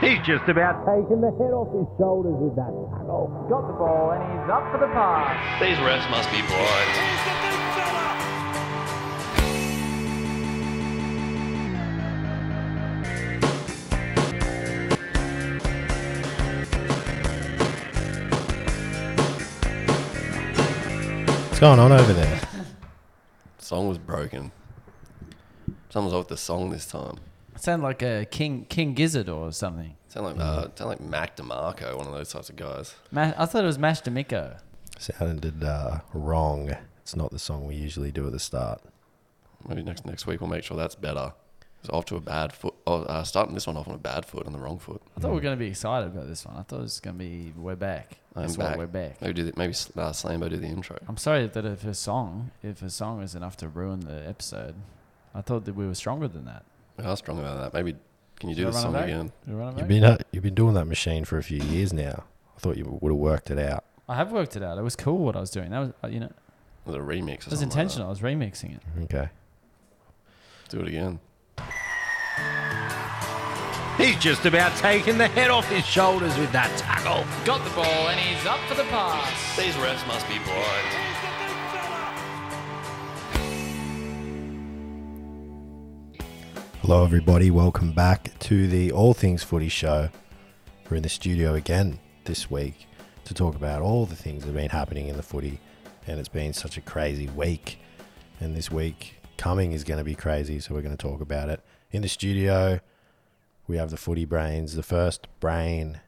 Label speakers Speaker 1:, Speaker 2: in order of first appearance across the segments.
Speaker 1: He's just about taken the head off his shoulders with that tackle.
Speaker 2: Got the ball and he's up for the pass.
Speaker 3: These refs must be blind.
Speaker 4: What's going on over there?
Speaker 3: Song was broken. Someone's off the song this time.
Speaker 5: Sound like a King King Gizzard or something.
Speaker 3: Sound like uh, sound like Mac DeMarco, one of those types of guys.
Speaker 5: Ma- I thought it was Mash D'Amico.
Speaker 4: Sounded uh, wrong. It's not the song we usually do at the start.
Speaker 3: Maybe next next week we'll make sure that's better. It's off to a bad foot. Oh, uh, starting this one off on a bad foot on the wrong foot.
Speaker 5: I thought we were going to be excited about this one. I thought it was going to be we're back.
Speaker 3: Hmm. I'm
Speaker 5: That's why
Speaker 3: back.
Speaker 5: we're back.
Speaker 3: Maybe do the, maybe uh, Slambo do the intro.
Speaker 5: I'm sorry that if a song, if a song is enough to ruin the episode, I thought that we were stronger than that.
Speaker 3: We are strong about that. Maybe can you do
Speaker 5: Should I
Speaker 3: the
Speaker 5: run it
Speaker 3: song
Speaker 5: back?
Speaker 3: again?
Speaker 5: Did I run it
Speaker 4: You've
Speaker 5: back?
Speaker 4: been uh, you've been doing that machine for a few years now. I thought you would have worked it out.
Speaker 5: I have worked it out. It was cool what I was doing. That was, uh, you know, it
Speaker 3: With a remix. Or something like
Speaker 5: was
Speaker 3: that.
Speaker 5: intentional. I was remixing it.
Speaker 4: Okay.
Speaker 3: Do it again.
Speaker 1: He's just about taken the head off his shoulders with that tackle.
Speaker 2: Got the ball and he's up for the pass.
Speaker 3: These refs must be blind.
Speaker 4: Hello, everybody. Welcome back to the All Things Footy Show. We're in the studio again this week to talk about all the things that have been happening in the footy, and it's been such a crazy week. And this week coming is going to be crazy, so we're going to talk about it. In the studio, we have the footy brains. The first brain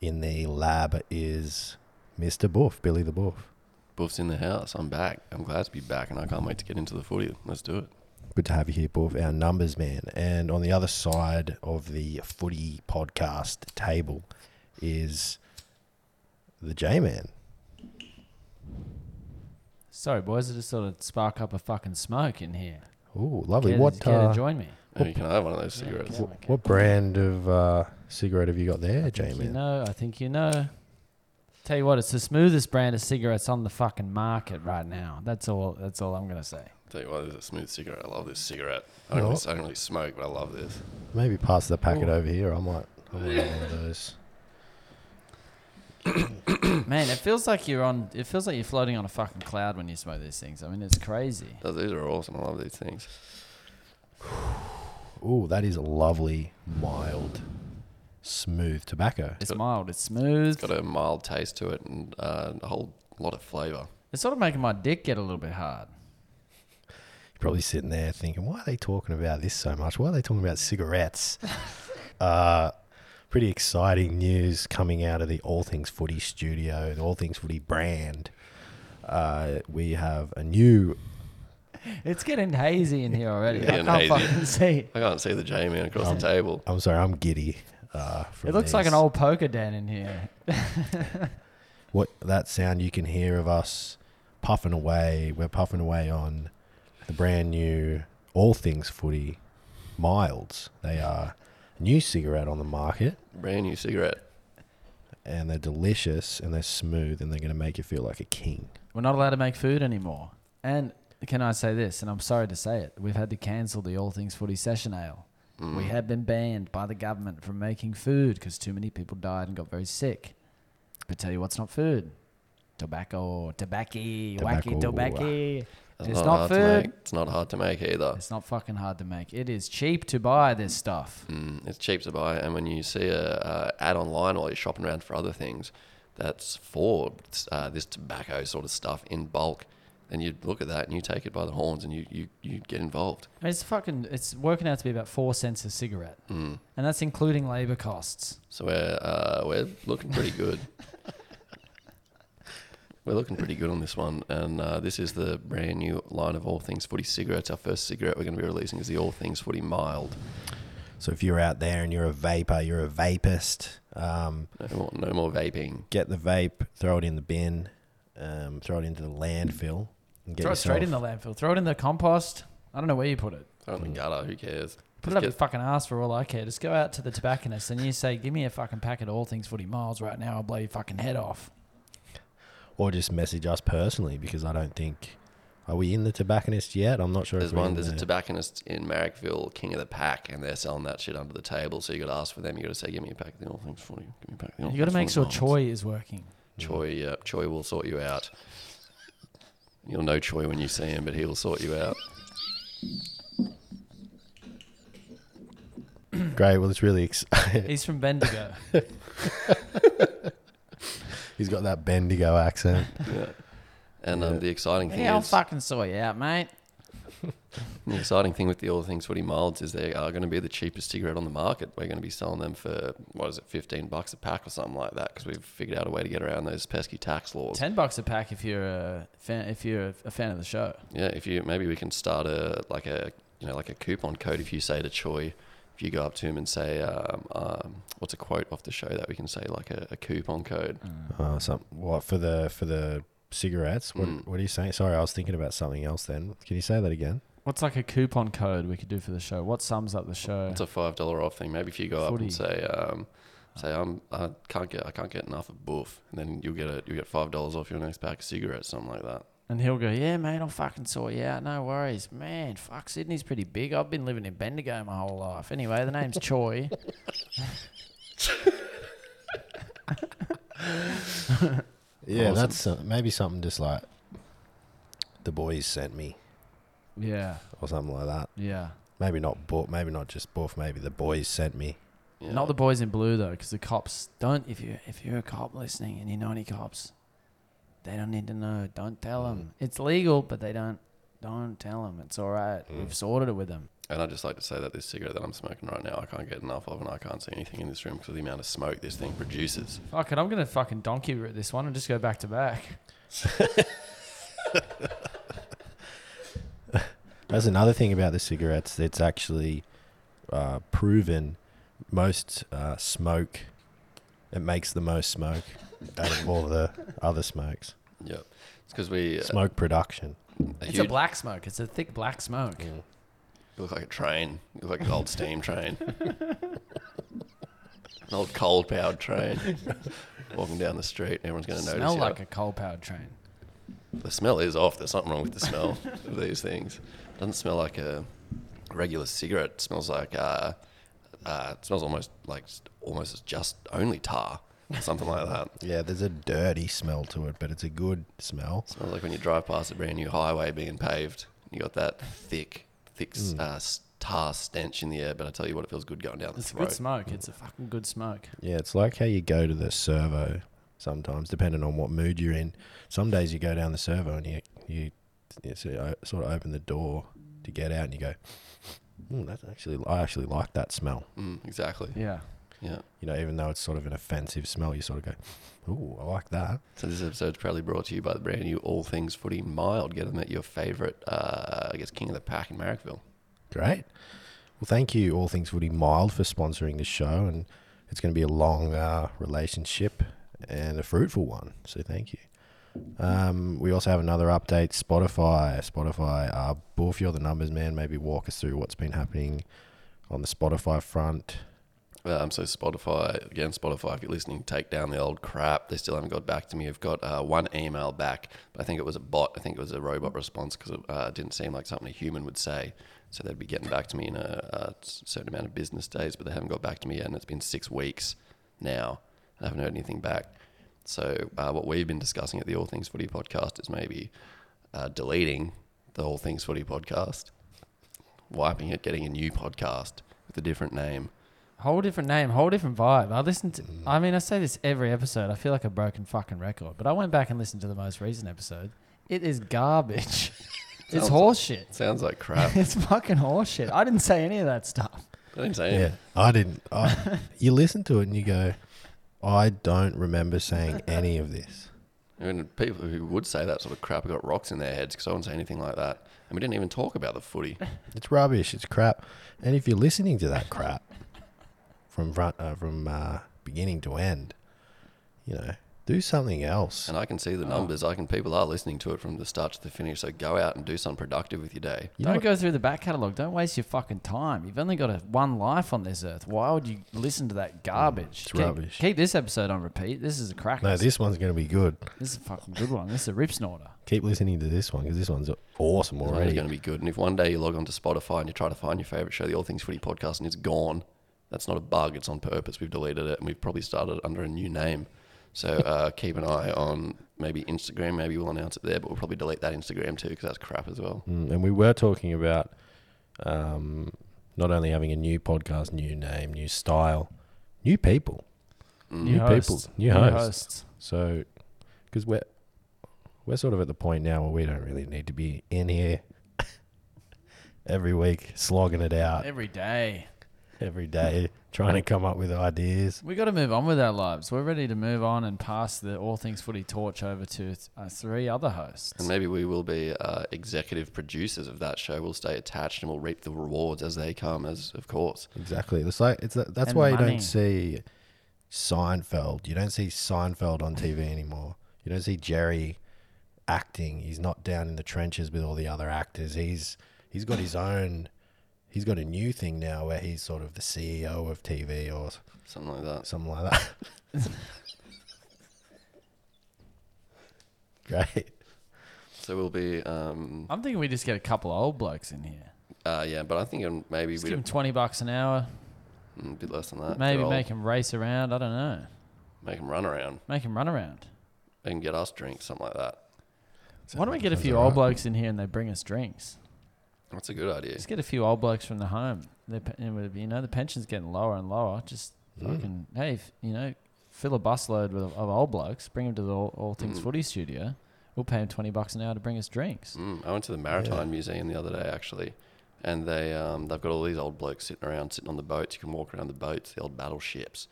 Speaker 4: in the lab is Mr. Boof, Billy the Boof.
Speaker 3: Buff's in the house. I'm back. I'm glad to be back, and I can't wait to get into the footy. Let's do it.
Speaker 4: Good to have you here, Boof, our numbers man. And on the other side of the footy podcast table is the J Man.
Speaker 5: Sorry, boys. I just thought it'd spark up a fucking smoke in here.
Speaker 4: Oh, lovely.
Speaker 5: Care,
Speaker 4: what
Speaker 5: to, care
Speaker 4: uh,
Speaker 5: to join me?
Speaker 3: Maybe you can have one of those cigarettes.
Speaker 4: wh- what brand of uh, cigarette have you got there, J
Speaker 5: You
Speaker 4: Man?
Speaker 5: know, I think you know. Tell you what, it's the smoothest brand of cigarettes on the fucking market right now. That's all. That's all I'm gonna say.
Speaker 3: Tell you what, this is a smooth cigarette. I love this cigarette. I don't,
Speaker 4: Oh.
Speaker 3: really, I don't really smoke, but I love this.
Speaker 4: Maybe pass the packet over here. I might. I might have one of those.
Speaker 5: Man, it feels like you're on. It feels like you're floating on a fucking cloud when you smoke these things. I mean, it's crazy.
Speaker 3: Those- These are awesome. I love these things.
Speaker 4: Oh, that is lovely, mild, smooth tobacco.
Speaker 5: It's mild. It's smooth.
Speaker 3: Got a mild taste to it and uh, a whole lot of flavour.
Speaker 5: It's sort of making my dick get a little bit hard.
Speaker 4: You're probably sitting there thinking, why are they talking about this so much? Why are they talking about cigarettes? uh, pretty exciting news coming out of the All Things Footy studio, the All Things Footy brand. Uh, we have a new.
Speaker 5: It's getting hazy in here already. I
Speaker 3: Getting
Speaker 5: can't
Speaker 3: hazy.
Speaker 5: fucking see.
Speaker 3: I can't see the J man across the table.
Speaker 4: I'm sorry, I'm giddy. Uh, from
Speaker 5: It looks like
Speaker 4: these.
Speaker 5: an old poker den in here.
Speaker 4: What that sound you can hear of us puffing away? We're puffing away on the brand new All Things Footy Milds. They are a new cigarette on the market.
Speaker 3: Brand new cigarette.
Speaker 4: and they're delicious and they're smooth and they're going to make you feel like a king.
Speaker 5: We're not allowed to make food anymore. And can I say this? And I'm sorry to say it. We've had to cancel the All Things Footy Session Ale. We have been banned by the government from making food because too many people died and got very sick. But tell you what's not food tobacco, tobacco, wacky
Speaker 4: Tobacco.
Speaker 5: tobacco.
Speaker 3: That's
Speaker 5: It's not
Speaker 3: hard to make.
Speaker 5: food.
Speaker 3: It's not hard to make either.
Speaker 5: It's not fucking hard to make. It is cheap to buy this stuff.
Speaker 3: Mm, it's cheap to buy, and when you see a uh, ad online while you're shopping around for other things, that's for uh, this tobacco sort of stuff in bulk. And you look at that and you take it by the horns and you, you, you get involved.
Speaker 5: I mean, It's fucking. It's working out to be about four cents a cigarette, mm. and that's including labor costs.
Speaker 3: So we're uh, we're looking pretty good. we're looking pretty good on this one, and uh, this is the brand new line of All Things Footy cigarettes. Our first cigarette we're going to be releasing is the All Things Footy Mild.
Speaker 4: So if you're out there and you're a vapor, you're a vapist, um,
Speaker 3: No more, no more vaping.
Speaker 4: get the vape, throw it in the bin, um, throw it into the landfill. And get
Speaker 5: Throw it straight in the
Speaker 4: yourself-
Speaker 5: landfill. Throw it in the compost. I don't know where you put it.
Speaker 3: Throw it in the gutter. Who cares?
Speaker 5: Put
Speaker 3: Just
Speaker 5: it up your
Speaker 3: get-
Speaker 5: fucking ass for all I care. Just go out to the tobacconist and you say, "Give me a fucking packet of all things footy miles right now. I'll blow your fucking head off."
Speaker 4: Or just message us personally because I don't think Are we in the tobacconist yet? I'm not sure.
Speaker 3: There's
Speaker 4: if we're
Speaker 3: one.
Speaker 4: in
Speaker 3: There's a
Speaker 4: there.
Speaker 3: tobacconist in Marrickville, King of the Pack, and they're selling that shit under the table. So you got to ask for them. You got to say, "Give me a pack of the all things for you. Give me a pack of the all
Speaker 5: You got to
Speaker 3: things
Speaker 5: make
Speaker 3: for
Speaker 5: sure
Speaker 3: the all things."
Speaker 5: Choi is working.
Speaker 3: Choi, yeah, Choi will sort you out. You'll know Choi when you see him, but he'll sort you out.
Speaker 4: Great. Well, it's really. Ex-
Speaker 5: He's from Bendigo.
Speaker 4: He's got that Bendigo accent.
Speaker 3: And um, the exciting thing
Speaker 5: yeah, I'll
Speaker 3: is,
Speaker 5: fucking sort you out, mate.
Speaker 3: the exciting thing with the All Things Footy Milds is they are going to be the cheapest cigarette on the market. We're going to be selling them for what is it, fifteen bucks a pack or something like that, because we've figured out a way to get around those pesky tax laws.
Speaker 5: Ten bucks a pack if you're a fan. If you're a fan of the show,
Speaker 3: Yeah, if you maybe we can start a like a you know like a coupon code. If you say to Choi, if you go up to him and say, um, um, "What's a quote off the show that we can say like a, a coupon code?"
Speaker 4: Uh, some what for the for the cigarettes? What
Speaker 3: Mm.
Speaker 4: What are you saying? Sorry, I was thinking about something else. Then can you say that again?
Speaker 5: what's like a coupon code we could do for the show? What sums up the show?
Speaker 3: It's a five dollar off thing. Maybe if you go up and
Speaker 5: Footy.
Speaker 3: say, um, "Say I'm I can't get I can't get enough of boof," and then you'll get a you get five dollars off your next pack of cigarettes, something like that.
Speaker 5: And he'll go, yeah, mate, I'll fucking sort you out. No worries, man. Fuck, Sydney's pretty big. I've been living in Bendigo my whole life. Anyway, the name's Choi.
Speaker 4: Yeah,
Speaker 3: Awesome.
Speaker 4: that's uh, maybe something just like the boys sent me
Speaker 5: Yeah,
Speaker 4: or something like that.
Speaker 5: yeah.
Speaker 4: Maybe not bought. Maybe not just bought. Maybe the boys sent me.
Speaker 3: Yeah.
Speaker 5: Not the boys in blue though, because the cops don't. If you if you're a cop listening and you know any cops, they don't need to know. Don't
Speaker 3: Mm.
Speaker 5: tell them. It's legal, but they don't. Don't tell them. It's all right.
Speaker 3: Mm.
Speaker 5: We've sorted it with them.
Speaker 3: and I'd just like to say that this cigarette that I'm smoking right now, I can't get enough of, and I can't see anything in this room because of the amount of smoke this thing produces.
Speaker 5: Fuck it, I'm gonna fucking donkey root this one and just go back to back.
Speaker 4: That's another thing about the cigarettes. It's actually uh, proven most uh, smoke. It makes the most smoke out of all the other smokes.
Speaker 3: Yep, it's because we uh,
Speaker 4: Smoke production.
Speaker 3: a
Speaker 5: It's a
Speaker 3: huge-
Speaker 5: black smoke. It's a thick black smoke.
Speaker 3: You look like a train. You look like an old steam train. an old coal powered train. Walking down the street, everyone's going to notice.
Speaker 5: Smell
Speaker 3: you.
Speaker 5: like a coal powered train.
Speaker 3: the smell is off. There's something wrong with the smell of these things. doesn't smell like a regular cigarette. It smells like uh, uh, it smells almost like almost just only tar, something like that.
Speaker 4: Yeah, there's a dirty smell to it, but it's a good smell.
Speaker 3: Smells like when you drive past a brand new highway being paved. You got that thick, thick
Speaker 5: Hmm.
Speaker 3: uh s tar stench in the air. But I tell you what, it feels good going down the
Speaker 5: It's a
Speaker 3: throat.
Speaker 5: good smoke. It's a fucking good smoke.
Speaker 4: Yeah, it's like how you go to the servo sometimes, depending on what mood you're in. Some days you go down the servo and you you, you sort of o- sort of open the door to get out, and you go, mm, "That's actually I actually like that smell."
Speaker 3: Mm, exactly.
Speaker 5: Yeah.
Speaker 3: Yeah.
Speaker 4: You know, even though it's sort of an offensive smell, you sort of go, "Ooh, I like that."
Speaker 3: So this episode's proudly brought to you by the brand new All Things Footy Mild. Get them at your favourite, uh, I guess, King of the Pack in Marrickville.
Speaker 4: Great. Well, thank you, All Things Woody Mild, for sponsoring the show, and it's going to be a long uh, relationship and a fruitful one. So thank you. Um, we also have another update. Spotify, Spotify. Uh, Bullf, you're the numbers man. Maybe walk us through what's been happening on the Spotify front.
Speaker 3: Um, so Spotify, again, Spotify, if you're listening, take down the old crap. They still haven't got back to me. I've got uh, one email back, but I think it was a bot. I think it was a robot response because it uh, didn't seem like something a human would say. So they'd be getting back to me in a, a certain amount of business days, but they haven't got back to me yet, and it's been six weeks now. And I haven't heard anything back. So uh, what we've been discussing at the All Things Footy podcast is maybe uh, deleting the All Things Footy podcast, wiping it, getting a new podcast with a different name.
Speaker 5: Whole different name, whole different vibe. I listen to.
Speaker 4: Mm.
Speaker 5: I mean, I say this every episode. I feel like a broken fucking record, but I went back and listened to the most recent episode. It is garbage. it's
Speaker 3: Sounds-
Speaker 5: horseshit.
Speaker 3: Sounds like crap.
Speaker 5: It's fucking horseshit. I didn't say any of that stuff.
Speaker 3: I didn't say
Speaker 4: Yeah,
Speaker 3: anything.
Speaker 4: I didn't. I, you listen to it and you go, I don't remember saying any of this.
Speaker 3: I mean, people who would say that sort of crap have got rocks in their heads because I wouldn't say anything like that. And we didn't even talk about the footy.
Speaker 4: It's rubbish. It's crap. And if you're listening to that crap from front, uh, from uh, beginning to end, you know, Do something else.
Speaker 3: And I can see the numbers. I can people are listening to it from the start to the finish. So go out and do something productive with your day.
Speaker 4: You know
Speaker 5: Don't
Speaker 4: what-
Speaker 5: go through the back catalogue. Don't waste your fucking time. You've only got a, one life on this earth. Why would you listen to that garbage?
Speaker 4: Mm, it's
Speaker 5: keep,
Speaker 4: rubbish.
Speaker 5: Keep this episode on repeat. This is a cracker.
Speaker 4: No,
Speaker 5: this,
Speaker 4: this one's going to be good.
Speaker 5: is a fucking good one. This is a rip snorter.
Speaker 4: Keep listening to this one because this one's awesome
Speaker 3: It's always
Speaker 4: already.
Speaker 3: going to be good. And if one day you log onto Spotify and you try to find your favorite show, the All Things Footy podcast, and it's gone, that's not a bug. It's on purpose. We've deleted it and we've probably started under a new name. So uh, keep an eye on maybe Instagram. Maybe we'll announce it there, but we'll probably delete that Instagram too because that's crap as well.
Speaker 4: Mm, and we were talking about um, not only having a new podcast, new name, new style, new people. New
Speaker 5: hosts.
Speaker 4: people, new hosts. So, because we're we're sort of at the point now where we don't really need to be in here every week slogging it out
Speaker 5: Every day.
Speaker 4: every day, trying to come up with ideas.
Speaker 5: We got to move on with our lives. We're ready to move on and pass the all things footy torch over to th- uh, three other hosts.
Speaker 3: And maybe we will be uh, executive producers of that show. We'll stay attached and we'll reap the rewards as they come, as of course.
Speaker 4: Exactly. It's like it's that- that's
Speaker 5: And
Speaker 4: why you
Speaker 5: money.
Speaker 4: don't see Seinfeld. You don't see Seinfeld on TV anymore. You don't see Jerry acting. He's not down in the trenches with all the other actors. He's he's got his own. He's got a new thing now where he's sort of the CEO of TV or
Speaker 3: Something like that.
Speaker 4: something like that. Great.
Speaker 3: So we'll be, um,
Speaker 5: I'm thinking we just get a couple of old blokes in here.
Speaker 3: uh, yeah, but I think um, maybe
Speaker 5: Just
Speaker 3: we
Speaker 5: give them
Speaker 3: would
Speaker 5: 20 bucks an hour.
Speaker 3: a bit less than that.
Speaker 5: Maybe
Speaker 3: They're old.
Speaker 5: make them race around. I don't know.
Speaker 3: Make 'em run around.
Speaker 5: Make them run around.
Speaker 3: They can get us drinks, something like that.
Speaker 5: Why don't we get a
Speaker 4: sounds
Speaker 5: few
Speaker 4: alright.
Speaker 5: old blokes in here and they bring us drinks?
Speaker 3: That's a good idea.
Speaker 5: Just get a few old blokes from the home. Their pe- and with- You know, the pension's getting lower and lower. Just fucking, hey, f- you know, fill a busload with, of old blokes, bring them to the All, all Things Footy studio. We'll pay them 20 bucks an hour to bring us drinks.
Speaker 3: Mm, I went to the Maritime Museum the other day actually, and they um, they've got all these old blokes sitting around, sitting on the boats. You can walk around the boats, the old battleships,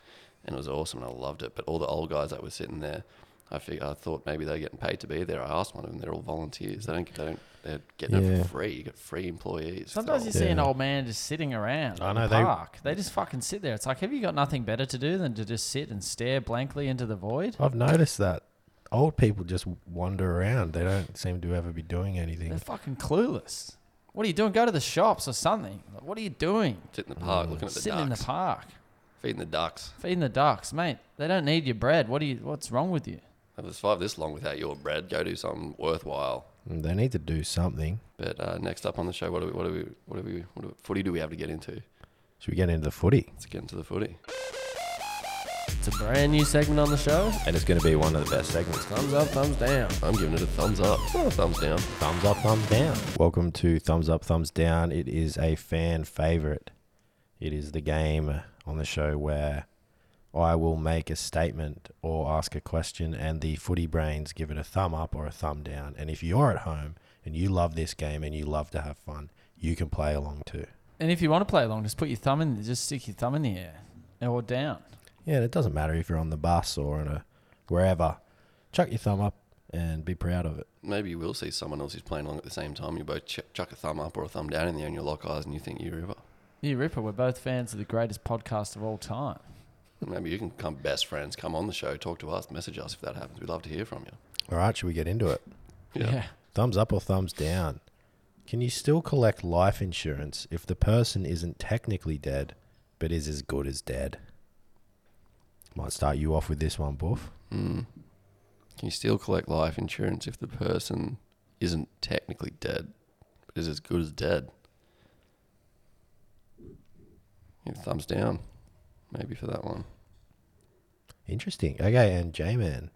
Speaker 3: and it was awesome. And I loved it. But all the old guys that were sitting there, I fig- I thought maybe they're getting paid to be there. I asked one of them. They're all volunteers. They don't they don't they're getting it
Speaker 4: Yeah.
Speaker 3: for free. You get free employees.
Speaker 5: Sometimes you
Speaker 3: They're
Speaker 5: see an
Speaker 4: Yeah.
Speaker 5: old man just sitting around
Speaker 4: I
Speaker 5: in
Speaker 4: know,
Speaker 5: the
Speaker 4: they-
Speaker 5: park. They just fucking sit there. It's like, have you got nothing better to do than to just sit and stare blankly into the void?
Speaker 4: I've noticed that old people just wander around. They don't seem to ever be doing anything.
Speaker 5: They're fucking clueless. What are you doing? Go to the shops or something. Like, What are you doing?
Speaker 3: all sitting in the park, looking at the
Speaker 5: Sitting in
Speaker 3: ducks,
Speaker 5: the park,
Speaker 3: feeding the ducks.
Speaker 5: feeding the ducks, mate. They don't need your bread. What do you? What's wrong with you?
Speaker 3: I've survived this long without your bread. Go do something worthwhile.
Speaker 4: They need to do something.
Speaker 3: But uh, next up on the show, what do we what do we what do we what do, footy do we have to get into?
Speaker 4: Should we get into the footy?
Speaker 3: Let's get into the footy.
Speaker 5: It's a brand new segment on the show.
Speaker 4: And it's going to be one of the best segments.
Speaker 3: Thumbs up, thumbs down. I'm giving it a thumbs up, not a thumbs down.
Speaker 4: Thumbs up, thumbs down. Welcome to Thumbs Up, Thumbs Down. It is a fan favorite. It is the game on the show where I will make a statement or ask a question, and the footy brains give it a thumb up or a thumb down. And if you're at home and you love this game and you love to have fun, you can play along too.
Speaker 5: And if you want to play along, just put your thumb in. Just stick your thumb in the air or down.
Speaker 4: Yeah, and it doesn't matter if you're on the bus or in a wherever. Chuck your thumb up and be proud of it.
Speaker 3: Maybe you will see someone else who's playing along at the same time. You both ch- chuck a thumb up or a thumb down in there, and you lock eyes and you think you river.
Speaker 5: You Ripper, we're both fans of the greatest podcast of all time.
Speaker 3: Maybe you can become best friends. Come on the show, talk to us, message us if that happens. We'd love to hear from you.
Speaker 4: All right, should we get into it?
Speaker 3: Yeah.
Speaker 4: Thumbs up or thumbs down? Can you still collect life insurance if the person isn't technically dead, but is as good as dead? Might start you off with this one, Boof.
Speaker 3: Can you still collect life insurance if the person isn't technically dead, but is as good as dead? Yeah, thumbs down, maybe for that one.
Speaker 4: Interesting. Okay, and J Man.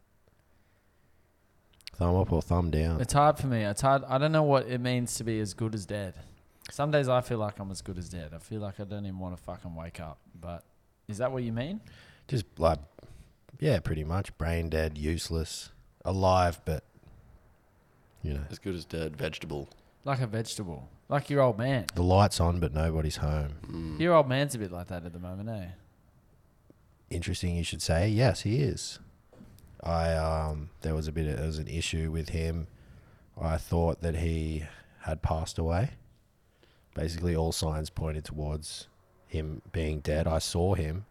Speaker 4: Thumb up or thumb down?
Speaker 5: It's hard for me. It's hard. I don't know what it means to be as good as dead. Some days I feel like I'm as good as dead. I feel like I don't even want to fucking wake up. But is that what you mean?
Speaker 4: Just like, yeah, pretty much. Brain dead, useless, alive, but, you know,
Speaker 3: As good as dead, vegetable.
Speaker 5: Like a vegetable. Like your old man.
Speaker 4: the light's on, but nobody's home.
Speaker 3: Mm.
Speaker 5: Your old man's a bit like that at the moment, eh?
Speaker 4: interesting you should say yes he is i um there was a bit of, there was an issue with him i thought that he had passed away basically all signs pointed towards him being dead i saw him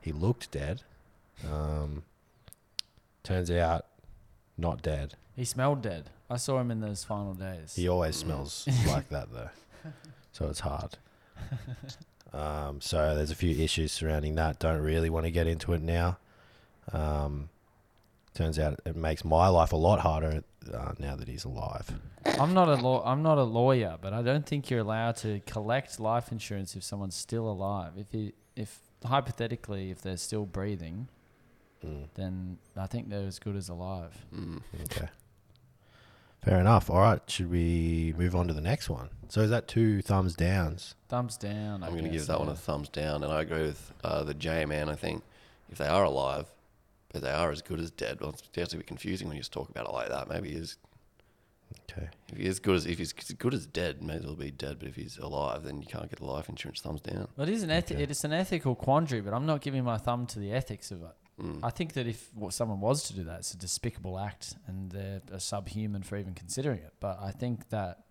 Speaker 4: he looked dead um Turns out, not dead.
Speaker 5: He smelled dead. I saw him in those final days.
Speaker 4: He always smells like that though, so it's hard. Um, so there's a few issues surrounding that. Don't really want to get into it now. Um, turns out it makes my life a lot harder uh, now that he's alive.
Speaker 5: I'm not a law. I'm not a lawyer, but I don't think you're allowed to collect life insurance if someone's still alive. If he, if hypothetically, if they're still breathing,
Speaker 3: Mm.
Speaker 5: then I think they're as good as alive.
Speaker 4: Okay. Fair enough. All right. Should we move on to the next one? So is that two thumbs downs?
Speaker 5: Thumbs down. I
Speaker 3: I'm going to
Speaker 5: guess,
Speaker 3: give that one
Speaker 5: yeah.
Speaker 3: a thumbs down, and I agree with uh, the J man. I think if they are alive, but they are as good as dead, well, it's definitely a bit confusing when you just talk about it like that. Maybe he's
Speaker 4: Okay.
Speaker 3: if he's good as if he's as good as dead, may as well be dead. But if he's alive, then you can't get the life insurance. Thumbs down.
Speaker 5: Well, it is an eth- it is an ethical quandary, but I'm not giving my thumb to the ethics of it.
Speaker 4: Mm.
Speaker 5: I think that if well, someone was to do that, it's a despicable act, and they're a subhuman for even considering it. But I think that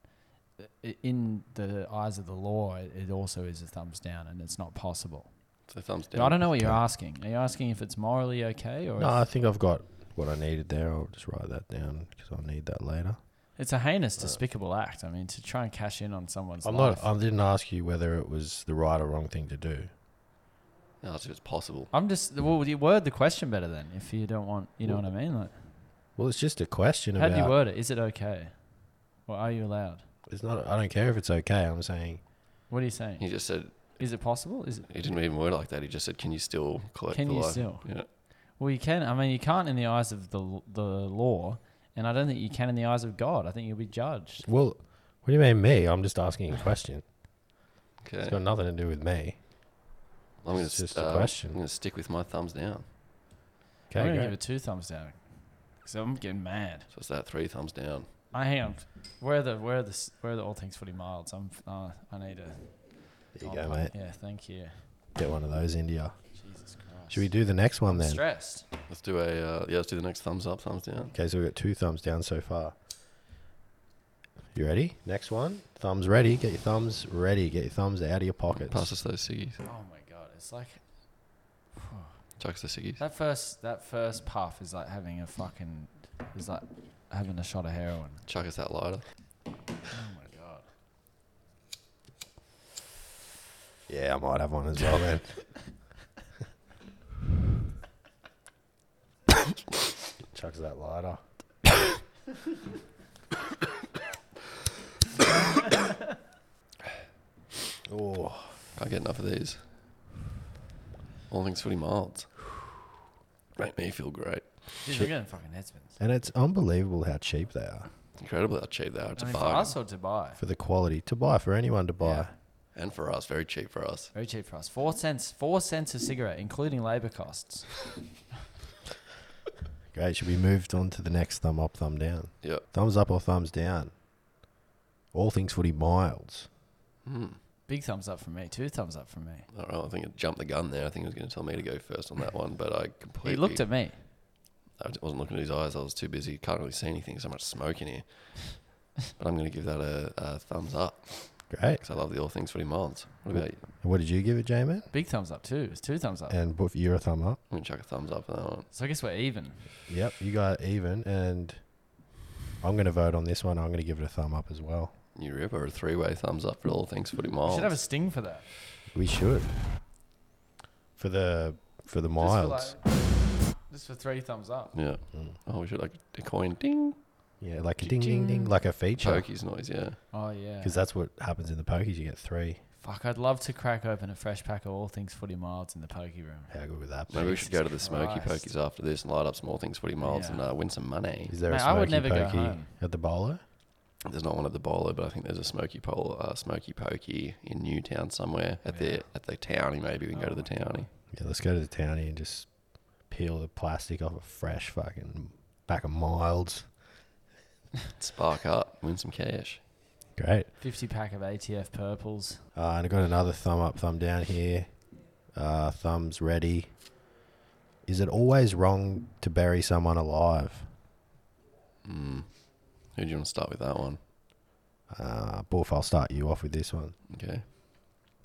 Speaker 5: uh, i- in the eyes of the law, it it also is a thumbs down, and it's not possible.
Speaker 3: So thumbs
Speaker 5: But
Speaker 3: down.
Speaker 5: I don't know what you're asking. Are you asking if it's morally okay, or
Speaker 4: No,
Speaker 5: if
Speaker 4: I think I've got what I needed there. I'll just write that down because I'll need that later.
Speaker 5: it's a heinous, despicable act? I mean, to try and cash in on someone's
Speaker 4: I'm
Speaker 5: life.
Speaker 4: not. I didn't ask you whether it was the right or wrong thing to do.
Speaker 3: No, it's just possible.
Speaker 5: I'm just well, you word the question better then, if you don't want, you know what I mean. Like,
Speaker 4: Well, it's just a question
Speaker 5: how do
Speaker 4: about.
Speaker 5: you word it? Is it okay, or are you allowed?
Speaker 4: It's not. I don't care if it's okay. I'm saying
Speaker 5: What are you saying?
Speaker 3: He just said
Speaker 5: Is it possible? Is it?
Speaker 3: he didn't even word it like that. He just said, "Can you still collect
Speaker 5: Can
Speaker 3: the
Speaker 5: you
Speaker 3: life?"
Speaker 5: still?
Speaker 3: Yeah.
Speaker 5: Well, you can. I mean, you can't in the eyes of the l- the law, and I don't think you can in the eyes of God. I think you'll be judged.
Speaker 4: Well, what do you mean me? I'm just asking a question.
Speaker 3: Okay.
Speaker 4: It's got nothing to do with me.
Speaker 3: I'm going
Speaker 4: it's
Speaker 3: to
Speaker 4: just a question.
Speaker 3: I'm going to stick with my thumbs down.
Speaker 5: I'm
Speaker 4: Okay,
Speaker 5: gonna
Speaker 4: go.
Speaker 5: give it two thumbs down, because I'm getting mad.
Speaker 3: So it's that three thumbs down.
Speaker 5: I am. Where are the where are the s- where are the all things footy miles? I'm. Uh, I need a.
Speaker 4: there you
Speaker 5: oh,
Speaker 4: go,
Speaker 5: fuck,
Speaker 4: mate.
Speaker 5: Yeah, thank you.
Speaker 4: Get one of those, India.
Speaker 5: Jesus Christ.
Speaker 4: Should we do the next one then?
Speaker 5: Stressed.
Speaker 3: Let's do a uh, yeah. Let's do the next thumbs up, thumbs down.
Speaker 4: Okay, so we've got two thumbs down so far. You ready? Next one. Thumbs ready. Get your thumbs ready. Get your thumbs out of your pockets.
Speaker 3: Pass us those ciggies.
Speaker 5: Oh my god, it's like
Speaker 3: Chuck us the ciggies.
Speaker 5: that first that first puff is like having a fucking is like having a shot of heroin.
Speaker 3: Chuck us that lighter.
Speaker 5: Oh my god.
Speaker 4: Yeah, I might have one as well then. Chucks that lighter. oh,
Speaker 3: Can't get enough of these. All things footy milds. Make me feel great.
Speaker 5: Dude, you're getting fucking headspins.
Speaker 4: and it's unbelievable how cheap they are
Speaker 3: Incredible how cheap they are. It's
Speaker 5: I
Speaker 3: a
Speaker 5: mean, for
Speaker 3: bargain.
Speaker 5: us or to buy?
Speaker 4: for the quality to buy for anyone to buy.
Speaker 5: Yeah.
Speaker 3: And for us, very cheap for us.
Speaker 5: Very cheap for us. Four cents. Four cents a cigarette, including labour costs.
Speaker 4: Great. Should we moved on to the next thumb up, thumb down?
Speaker 3: Yep.
Speaker 4: Thumbs up or thumbs down? All things footy miles.
Speaker 5: Big thumbs up from me. Two thumbs up from me.
Speaker 3: All right. I think it jumped the gun there. I think he was going to tell me to go first on that one, but I completely.
Speaker 5: He looked at me.
Speaker 3: I wasn't looking at his eyes. I was too busy. Can't really see anything. So much smoke in here. but I'm going to give that a, a thumbs up
Speaker 4: Great.
Speaker 3: because I love the all things footy milds. What about you?
Speaker 4: And what did you give it, J-Man?
Speaker 5: Big thumbs up too. It's two thumbs up.
Speaker 4: And Boof, you're a thumb up.
Speaker 3: I'm going to chuck a thumbs up for that one.
Speaker 5: So I guess we're even.
Speaker 4: Yep, you got even, and I'm going to vote on this one. I'm going to give it a thumb up as well.
Speaker 3: You ripper, a three way thumbs up for all things footy
Speaker 5: We
Speaker 3: milds.
Speaker 5: should have a sting for that.
Speaker 4: We should for the for the
Speaker 5: Just for,
Speaker 4: miles.
Speaker 5: like- Just for three thumbs up.
Speaker 3: yeah. Oh, we should like a coin ding.
Speaker 4: yeah, like a ding ding ding, like a feature,
Speaker 3: Pokey's noise, yeah.
Speaker 5: Oh yeah.
Speaker 4: because that's what happens in the pokies. You get three.
Speaker 5: Fuck, I'd love to crack open a fresh pack of all things footy milds in the pokey room.
Speaker 4: How good would that be?
Speaker 3: Maybe we should
Speaker 5: Jesus
Speaker 3: go to the smoky
Speaker 5: Christ.
Speaker 3: pokies after this and light up small things, footy miles, and
Speaker 5: Yeah.
Speaker 3: uh, win some money.
Speaker 4: Is there a
Speaker 5: Mate, I
Speaker 4: smoky
Speaker 5: would never go
Speaker 4: pokey
Speaker 5: home.
Speaker 4: at the bowler?
Speaker 3: There's not one at the bowler, but I think there's a smoky pole, uh, smoky pokey in Newtown somewhere at the at the townie. Maybe we can go to
Speaker 5: Oh.
Speaker 3: the townie.
Speaker 4: Yeah, let's go to the townie and just peel the plastic off a fresh fucking pack of milds.
Speaker 3: Spark up, win some cash.
Speaker 4: Great.
Speaker 5: Fifty pack of ATF purples.
Speaker 4: Uh, and I got another thumb up, thumb down here. Uh, thumbs ready. Is it always wrong to bury someone alive?
Speaker 3: Who do you want to start with that one?
Speaker 4: Uh, Boof, I'll start you off with this one.
Speaker 3: Okay.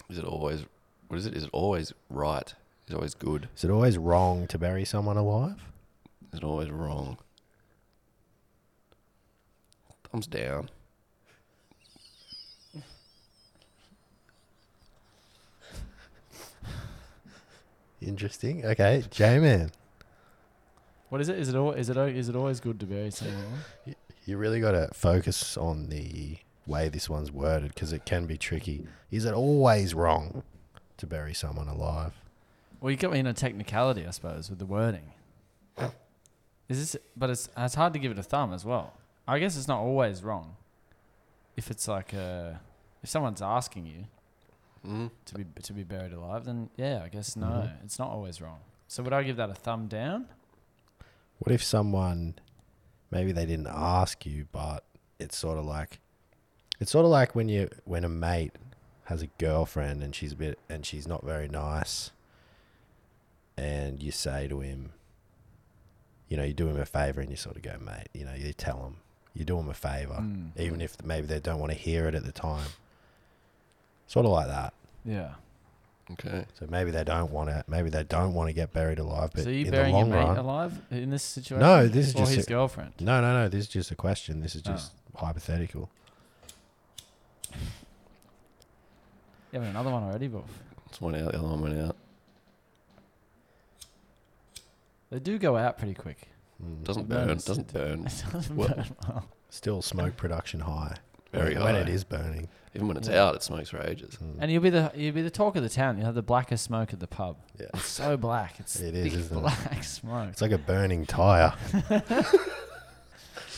Speaker 3: Is it always what is it? Is it always right? Is it always good?
Speaker 4: Is it always wrong to bury someone alive?
Speaker 3: is always wrong. Thumbs down.
Speaker 4: Interesting. Okay, J Man,
Speaker 5: What is it? Is it all? Is it? al- Is it always good to bury someone?
Speaker 4: you really got to focus on the way this one's worded because it can be tricky. Is it always wrong to bury someone alive?
Speaker 5: well, you got me in a technicality, I suppose, with the wording. Is this? But it's it's hard to give it a thumb as well. I guess it's not always wrong. If it's like uh if someone's asking you
Speaker 3: Mm.
Speaker 5: to be to be buried alive, then yeah, I guess no,
Speaker 4: Mhm.
Speaker 5: it's not always wrong. So would I give that a thumb down?
Speaker 4: What if someone, maybe they didn't ask you, but it's sort of like, it's sort of like when you when a mate has a girlfriend and she's a bit and she's not very nice, and you say to him, you know, you do him a favor and you sort of go, mate, you know, you tell him, you do him a favor,
Speaker 5: Mm.
Speaker 4: even if maybe they don't want to hear it at the time. Sort of like that.
Speaker 5: Yeah.
Speaker 3: Okay.
Speaker 4: So maybe they don't want to. Maybe they don't want to get buried alive. But
Speaker 5: so you
Speaker 4: in the
Speaker 5: burying your
Speaker 4: long
Speaker 5: mate
Speaker 4: run,
Speaker 5: alive in this situation?
Speaker 4: No, this is
Speaker 5: or
Speaker 4: just
Speaker 5: his
Speaker 4: a-
Speaker 5: girlfriend.
Speaker 4: No, no, no. This is just a question. This is
Speaker 3: Ah.
Speaker 5: Oh.
Speaker 4: just hypothetical.
Speaker 5: Yeah, but another one already, but
Speaker 3: It's one out. The other one went out.
Speaker 5: they do go out pretty quick.
Speaker 4: Mm.
Speaker 3: Doesn't
Speaker 5: No,
Speaker 3: burn.
Speaker 5: it's-
Speaker 3: Doesn't burn.
Speaker 5: It doesn't
Speaker 3: Well-
Speaker 5: burn well.
Speaker 4: Still smoke production high.
Speaker 3: Very
Speaker 4: when,
Speaker 3: high.
Speaker 4: When it is burning.
Speaker 3: Even when it's
Speaker 5: Yeah.
Speaker 3: out, it smokes for ages.
Speaker 4: Mm.
Speaker 5: And you'll be the you'll be the talk of the town. You'll have the blackest smoke at the pub.
Speaker 4: Yeah.
Speaker 5: It's so black. It's
Speaker 4: It is,
Speaker 5: it is,
Speaker 4: isn't it?
Speaker 5: black smoke.
Speaker 4: It's like a burning tire.
Speaker 5: But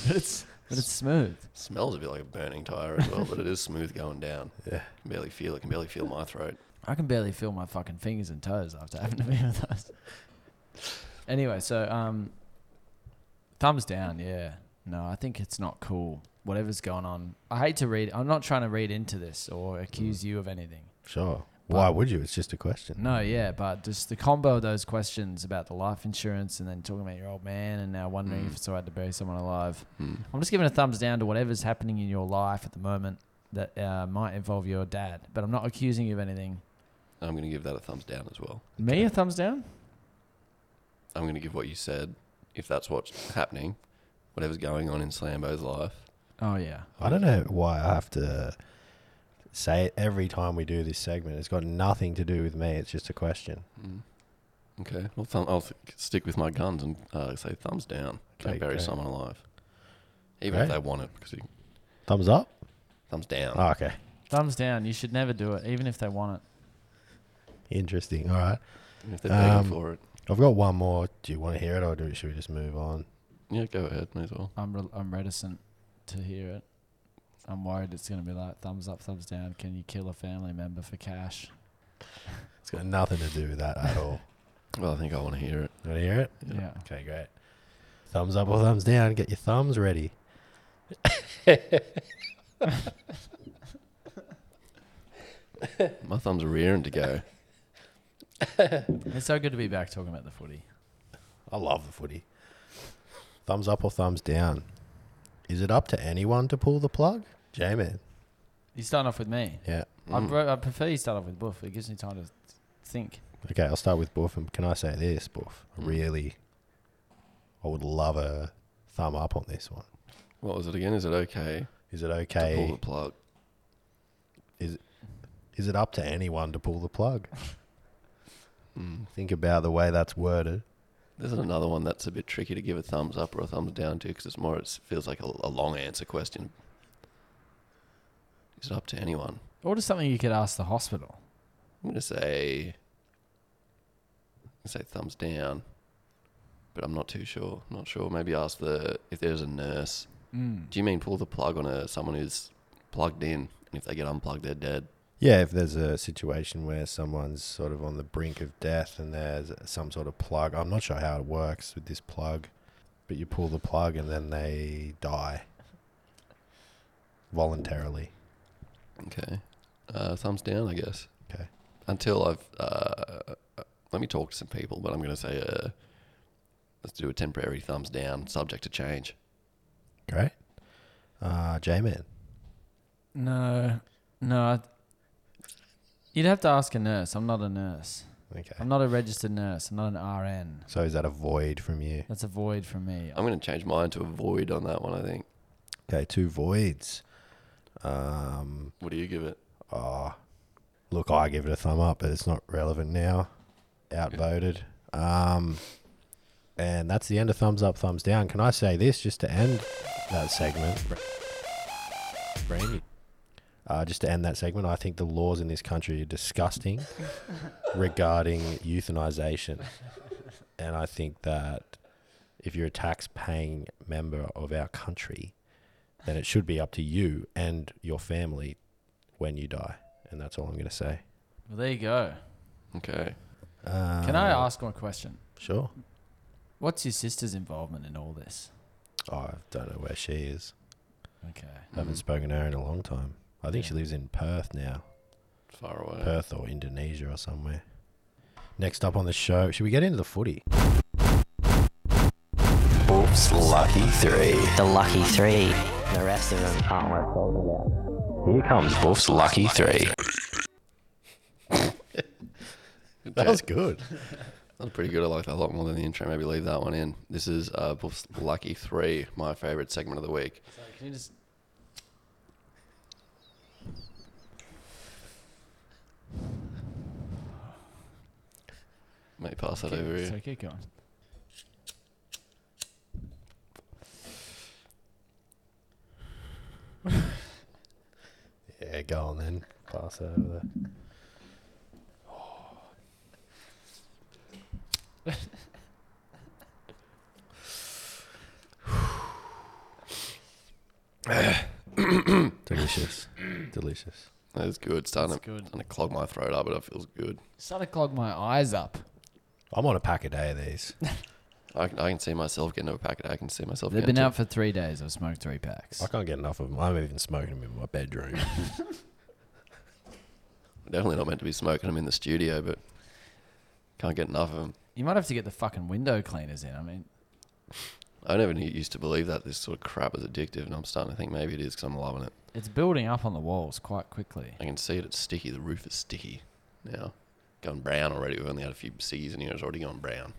Speaker 5: it's but it's smooth.
Speaker 3: Smells a bit like a burning tire as well, but it is smooth going down.
Speaker 4: Yeah.
Speaker 3: Can barely feel it. Can barely feel my throat.
Speaker 5: I can barely feel my fucking fingers and toes after having to be with us. Anyway, so um, thumbs down. Yeah, no, I think it's not cool. Whatever's going on, I hate to read. I'm not trying to read into this or
Speaker 4: Mm.
Speaker 5: accuse you of anything.
Speaker 4: Sure. Why would you? It's just a question.
Speaker 5: No, yeah, but just the combo of those questions about the life insurance and then talking about your old man and now wondering if it's all right to bury someone alive. I'm just giving a thumbs down to whatever's happening in your life at the moment that uh, might involve your dad, but I'm not accusing you of anything.
Speaker 3: I'm going to give that a thumbs down as well.
Speaker 5: Me a thumbs down?
Speaker 3: I'm going to give what you said. If that's what's happening, whatever's going on in Slambo's life,
Speaker 5: Oh yeah.
Speaker 4: I don't know why I have to say it every time we do this segment. It's got nothing to do with me. It's just a question.
Speaker 3: Okay, well, th- I'll th- stick with my guns and uh, say thumbs down.
Speaker 4: Okay,
Speaker 3: Don't bury
Speaker 4: great.
Speaker 3: someone alive, even if
Speaker 4: Great.
Speaker 3: they want it. Because you,
Speaker 4: Thumbs up.
Speaker 3: thumbs down.
Speaker 4: Oh, okay.
Speaker 5: Thumbs down. You should never do it, even if they want it.
Speaker 4: Interesting. All right.
Speaker 3: Even if they're begging
Speaker 4: um,
Speaker 3: for it,
Speaker 4: I've got one more. Do you want to hear it or do, should we just move on?
Speaker 3: yeah, go ahead. May as well.
Speaker 5: I'm re- I'm reticent to hear it. I'm worried it's gonna be like thumbs up, thumbs down. Can you kill a family member for cash?
Speaker 4: It's got nothing to do with that at all.
Speaker 3: Well, I think I want to hear it.
Speaker 4: You want to hear it?
Speaker 5: Yeah.
Speaker 4: Okay, great. Thumbs up or thumbs down. Get your thumbs ready.
Speaker 3: My thumbs are rearing to go.
Speaker 5: It's so good to be back talking about the footy.
Speaker 4: I love the footy. Thumbs up or thumbs down. Is it up to anyone to pull the plug? J Man.
Speaker 5: You start off with me.
Speaker 4: Yeah.
Speaker 5: I,
Speaker 3: Mm.
Speaker 5: bro- I prefer you start off with Buff. It gives me time to think.
Speaker 4: Okay, I'll start with Boof. And can I say this, Boof?
Speaker 3: Mm.
Speaker 4: Really, I would love a thumb up on this one.
Speaker 3: What was it again? Is it okay
Speaker 4: Is it
Speaker 3: to pull
Speaker 4: okay?
Speaker 3: the plug?
Speaker 4: Is it up to anyone to pull the plug?
Speaker 3: Mm.
Speaker 4: Think about the way that's worded.
Speaker 3: This is another one that's a bit tricky to give a thumbs up or a thumbs down to because it's more. It feels like a, a long answer question. Is it up to anyone?
Speaker 5: Or just something you could ask the hospital.
Speaker 3: I'm gonna say, I'm gonna say thumbs down, but I'm not too sure. not sure. Maybe ask the if there's a nurse.
Speaker 5: Mm.
Speaker 3: Do you mean pull the plug on a someone who's plugged in, and if they get unplugged, they're dead?
Speaker 4: Yeah, if there's a situation where someone's sort of on the brink of death and there's some sort of plug, I'm not sure how it works with this plug, but you pull the plug and then they die voluntarily.
Speaker 3: Okay, uh, thumbs down, I guess.
Speaker 4: Okay.
Speaker 3: Until I've uh, uh, let me talk to some people, but I'm gonna say uh, let's do a temporary thumbs down, subject to change.
Speaker 4: Great. Uh, J Man.
Speaker 5: No, no. I- You'd have to ask a nurse. I'm not a nurse.
Speaker 4: Okay.
Speaker 5: I'm not a registered nurse. I'm not an RN.
Speaker 4: So is that a void from you?
Speaker 5: That's a void for me.
Speaker 3: I'm going to change mine to a void on that one, I think.
Speaker 4: Okay, two voids. Um,
Speaker 3: What do you give it?
Speaker 4: look, I give it a thumb up, but it's not relevant now. Outvoted. Um, and that's the end of thumbs up, thumbs down. Can I say this just to end that segment? Brandy. Uh, just to end that segment, I think the laws in this country are disgusting regarding euthanization. And I think that if you're a tax paying member of our country, then it should be up to you and your family when you die. And that's all I'm going to say.
Speaker 5: Well, there you go.
Speaker 3: Okay.
Speaker 5: Can I
Speaker 3: Uh.
Speaker 5: ask one question?
Speaker 4: Sure.
Speaker 5: What's your sister's involvement in all this?
Speaker 4: Oh, I don't know where she is.
Speaker 5: Okay.
Speaker 4: Haven't spoken to her in a long time. I think she lives in Perth now,
Speaker 3: Far away.
Speaker 4: Perth or Indonesia or somewhere. Next up on the show, should we get into the footy?
Speaker 6: Oops, lucky three.
Speaker 7: The lucky three. The rest of them aren't worth holding out.
Speaker 6: Here comes Wolf's lucky three.
Speaker 4: That was good.
Speaker 3: That's pretty good. I like that a lot more than the intro. Maybe leave that one in. This is uh, Buff's Lucky Three, my favorite segment of the week.
Speaker 5: So can you just?
Speaker 3: May pass that over
Speaker 5: Keep,
Speaker 3: here.
Speaker 5: so keep going.
Speaker 4: Yeah, go on then. Pass that over there. Delicious. Delicious.
Speaker 3: That's good. Starting,
Speaker 5: That's
Speaker 3: to,
Speaker 5: good.
Speaker 3: starting to clog my throat up, but it feels good.
Speaker 5: Started to clog my eyes up.
Speaker 4: I'm on a pack a day of these.
Speaker 3: I can, I can see myself getting to a packet. I can see myself.
Speaker 5: They've
Speaker 3: getting
Speaker 5: been
Speaker 3: to-
Speaker 5: out for three days. I've smoked three packs.
Speaker 4: I can't get enough of them. I'm even smoking them in my bedroom.
Speaker 3: Definitely not meant to be smoking them in the studio, but can't get enough of them.
Speaker 5: You might have to get the fucking window cleaners in. I mean,
Speaker 3: I never knew, used to believe that this sort of crap was addictive, and I'm starting to think maybe it is because I'm loving it.
Speaker 5: it's building up on the walls quite quickly.
Speaker 3: I can see it. It's sticky. The roof is sticky now. Gone brown already. We've only had a few C's in here. It's already gone brown.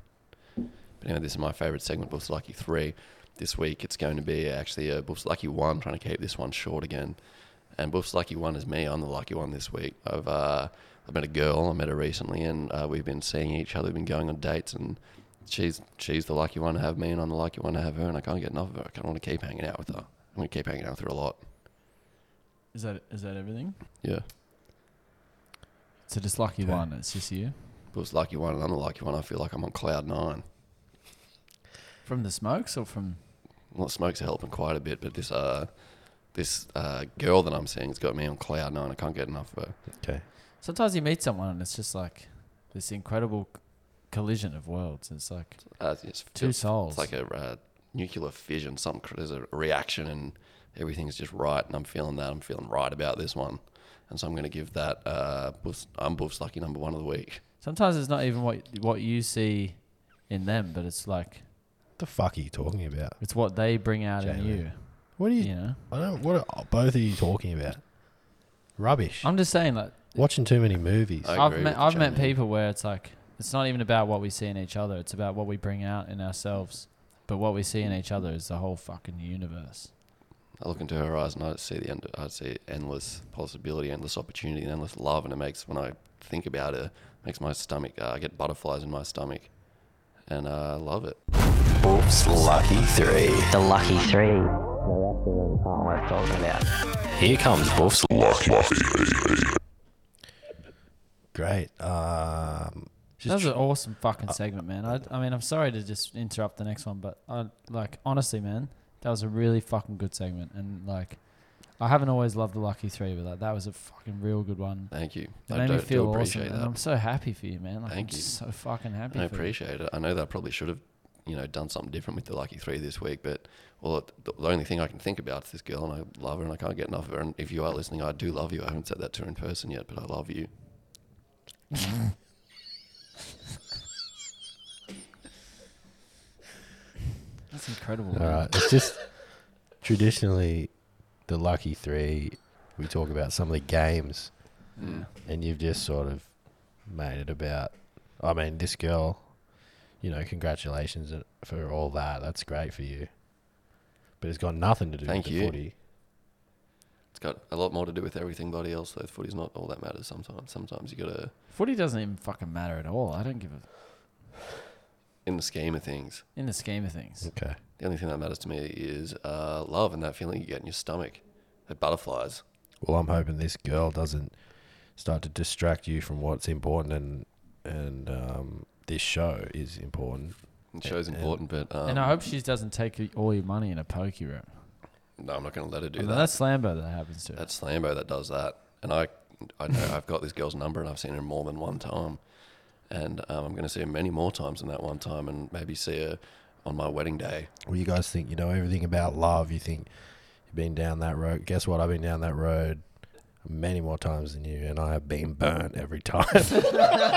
Speaker 3: But anyway, this is my favourite segment, Buff's Lucky 3. This week it's going to be actually a Buff's Lucky 1, trying to keep this one short again. And Buff's Lucky 1 is me. I'm the lucky one this week. I've, uh, I met a girl. I met her recently, and uh, we've been seeing each other. We've been going on dates, and she's, she's the lucky one to have me, and I'm the lucky one to have her, and I can't get enough of her. I kind of want to keep hanging out with her. I'm going to keep hanging out with her a lot.
Speaker 5: Is that is that everything?
Speaker 3: Yeah.
Speaker 5: So just lucky one. It's just you
Speaker 3: Buff's Lucky 1, and I'm the lucky one. I feel like I'm on cloud nine.
Speaker 5: from the smokes or from?
Speaker 3: well, smokes are helping quite a bit, but this uh, this uh, girl that I'm seeing has got me on cloud nine. I can't get enough of her.
Speaker 4: okay.
Speaker 5: Sometimes you meet someone and it's just like this incredible c- collision of worlds. It's like
Speaker 3: Uh, it's,
Speaker 5: two
Speaker 3: it's,
Speaker 5: souls.
Speaker 3: it's like a uh, nuclear fission. Some cr- there's a reaction and everything's just right, and I'm feeling that. I'm feeling right about this one, and so I'm going to give that. Uh, Buff's, I'm Buff's lucky number one of the week.
Speaker 5: Sometimes it's not even what what you see in them, but it's like
Speaker 4: What the fuck are you talking about?
Speaker 5: it's what they bring out in
Speaker 4: Jamie.
Speaker 5: you.
Speaker 4: What are you?
Speaker 5: You know,
Speaker 4: I don't. What are oh, both of you talking about? Rubbish.
Speaker 5: I'm just saying like
Speaker 4: Watching too many movies.
Speaker 3: I
Speaker 5: I've
Speaker 3: agree
Speaker 5: met
Speaker 3: with
Speaker 5: I've met
Speaker 3: Jamie.
Speaker 5: people where it's like it's not even about what we see in each other. It's about what we bring out in ourselves. But what we see in each other is the whole fucking universe.
Speaker 3: I look into her eyes and I see the end. I see endless possibility, endless opportunity, and endless love. And it makes when I think about it, it makes my stomach. Uh, I get butterflies in my stomach, and uh, I love it.
Speaker 6: Oops, lucky three.
Speaker 7: The lucky three. The rest of them aren't worth holding out.
Speaker 6: Here comes Wolf's lucky
Speaker 4: Great. Um,
Speaker 5: That was
Speaker 4: just
Speaker 5: an awesome fucking
Speaker 3: uh,
Speaker 5: segment, man. I, I mean, I'm sorry to just interrupt the next one, but I like honestly, man, that was a really fucking good segment. And like, I haven't always loved the Lucky Three, but like, that was a fucking real good one.
Speaker 3: Thank you.
Speaker 5: It
Speaker 3: I
Speaker 5: made
Speaker 3: do,
Speaker 5: me feel
Speaker 3: do
Speaker 5: awesome,
Speaker 3: appreciate
Speaker 5: and I'm so happy for you, man. Like,
Speaker 3: Thank
Speaker 5: I'm
Speaker 3: you.
Speaker 5: so fucking happy.
Speaker 3: that. I
Speaker 5: for
Speaker 3: appreciate it. I know that I probably should have, you know, done something different with the lucky three this week, but well, the the only thing I can think about is this girl, and I love her, and I can't get enough of her. And if you are listening, I do love you. I haven't said that to her in person yet, but I love you.
Speaker 5: You. That's incredible.
Speaker 4: all
Speaker 5: man.
Speaker 4: right. It's just traditionally the lucky three. We talk about some of the games, and you've just sort of made it about I mean, this girl, you know, congratulations for all that. That's great for you. But it's got nothing to do
Speaker 3: Thank
Speaker 4: with the
Speaker 3: you.
Speaker 4: footy.
Speaker 3: It's got a lot more to do with everything bloody else. Though footy's not all that matters. Sometimes, sometimes you gotta
Speaker 5: Footy doesn't even fucking matter at all. I don't give a
Speaker 3: in the scheme of things.
Speaker 5: in the scheme of things.
Speaker 4: Okay.
Speaker 3: The only thing that matters to me is uh, love and that feeling you get in your stomach, that butterflies.
Speaker 4: Well, I'm hoping this girl doesn't start to distract you from what's important and and um, this show is important.
Speaker 3: It show's important, but um,
Speaker 5: and I hope she doesn't take y- all your money in a pokey room.
Speaker 3: no, I'm not going to let her do
Speaker 5: I mean,
Speaker 3: that.
Speaker 5: that's Lambo that happens to. her.
Speaker 3: That's Lambo that does that, and I, I know I've got this girl's number, and I've seen her more than one time, and um, I'm going to see her many more times than that one time, and maybe see her on my wedding day.
Speaker 4: Well, you guys think you know everything about love. You think you've been down that road. Guess what? I've been down that road many more times than you, and I have been burnt every time.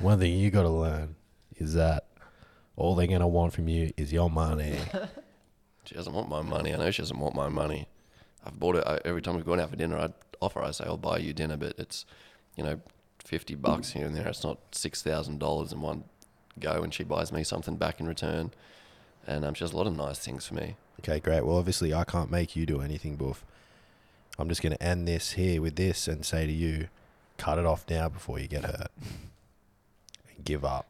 Speaker 4: One thing you got to learn is that all they're gonna want from you is your money.
Speaker 3: She doesn't want my money. I know she doesn't want my money. I've bought her I, every time we've gone out for dinner. I offer. I say I'll buy you dinner, but it's, you know, fifty bucks here and there. It's not six thousand dollars in one go, and she buys me something back in return, and um, she does a lot of nice things for me.
Speaker 4: Okay, great. Well, obviously, I can't make you do anything, Boof. I'm just going to end this here with this and say to you, cut it off now before you get hurt. And give up.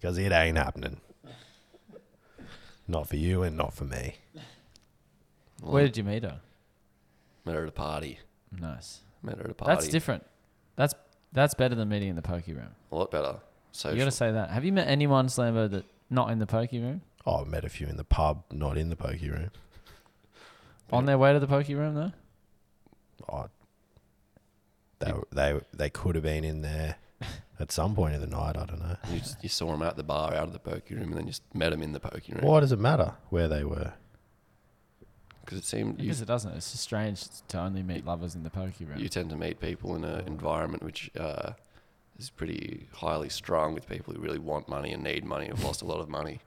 Speaker 4: Because it ain't happening. Not for you and not for me.
Speaker 5: Where did you meet her?
Speaker 3: Met her at a party.
Speaker 5: Nice.
Speaker 3: Met her at a party.
Speaker 5: That's different. That's that's better than meeting in the pokey room.
Speaker 3: A lot better. So
Speaker 5: You got to say that. Have you met anyone, Slambo, that not in the pokey room?
Speaker 4: Oh, I met a few in the pub, not in the pokey room.
Speaker 5: On their way to the pokey room, though?
Speaker 4: Oh, they, they, they could have been in there at some point in the night. I don't know.
Speaker 3: You, just, you saw him out the bar, out of the pokey room, and then you just met him in the pokey room.
Speaker 4: Why does it matter where they were?
Speaker 3: Because it seemed you,
Speaker 5: Because it doesn't. It's just strange to only meet lovers in the pokey room.
Speaker 3: you tend to meet people in an environment which uh, is pretty highly strung with people who really want money and need money, who've lost a lot of money.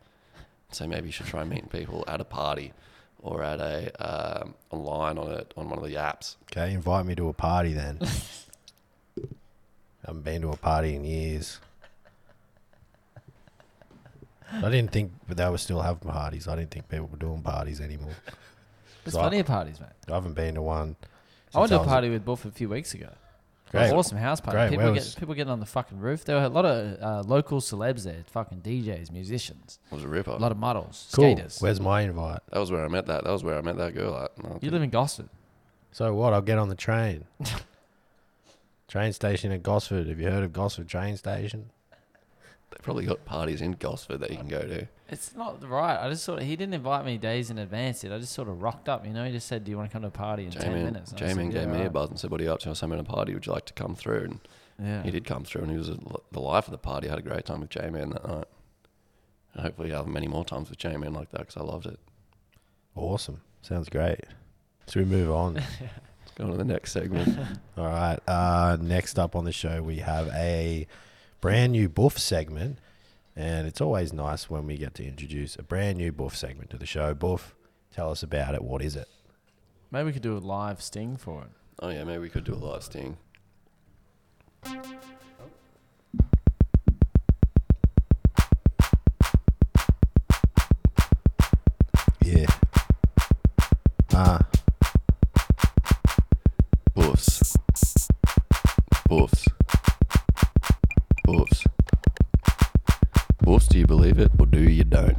Speaker 3: So maybe you should try meeting people at a party or at a um, online on a, on one of the apps.
Speaker 4: Okay, invite me to a party then. I haven't been to a party in years. I didn't think they were still having parties. I didn't think people were doing parties anymore.
Speaker 5: There's
Speaker 4: So I-
Speaker 5: plenty of parties, mate.
Speaker 4: I haven't been to one.
Speaker 5: I went
Speaker 4: since
Speaker 5: to a
Speaker 4: was-
Speaker 5: party with Buff a few weeks ago.
Speaker 4: Great.
Speaker 5: Awesome house party.
Speaker 4: Great,
Speaker 5: People,
Speaker 4: where
Speaker 5: get,
Speaker 4: was-
Speaker 5: people getting on the fucking roof. There were a lot of uh, local celebs there, fucking DJs, musicians,
Speaker 3: It was a ripper.
Speaker 5: a lot of models,
Speaker 4: Cool.
Speaker 5: skaters.
Speaker 4: Where's my invite?
Speaker 3: that was where I met that. That was where I met that girl at. And I
Speaker 5: you
Speaker 3: think-
Speaker 5: live in Gosford.
Speaker 4: So what? I'll get on the train. train station at Gosford. Have you heard of Gosford train station?
Speaker 3: they probably got parties in Gosford that you can go to.
Speaker 5: It's not right. I just sort of, he didn't invite me days in advance. Yet I just sort of rocked up. You know, he just said, "Do you want to come to a party in ten
Speaker 3: Jamie,
Speaker 5: minutes?" And I was
Speaker 3: Jamie
Speaker 5: like,
Speaker 3: gave
Speaker 5: "Yeah,
Speaker 3: me a
Speaker 5: right."
Speaker 3: buzz and said, "What are you up to? I'm at a party. Would you like to come through?" And
Speaker 5: Yeah.
Speaker 3: He did come through, and he was a, the life of the party. I had a great time with J Man that night, and hopefully, I'll have many more times with J Man like that because I loved it.
Speaker 4: Awesome. Sounds great. So we move on.
Speaker 3: Let's go on to the next segment.
Speaker 4: All right. Uh, next up on the show, we have a brand new Boof segment. And it's always nice when we get to introduce a brand new Boof segment to the show. Boof, tell us about it. What is it?
Speaker 5: Maybe we could do a live sting for it.
Speaker 3: oh yeah, maybe we could do a live sting.
Speaker 4: Yeah. Ah,
Speaker 3: Boofs, boofs, boofs, boofs. Do you believe it or do you don't?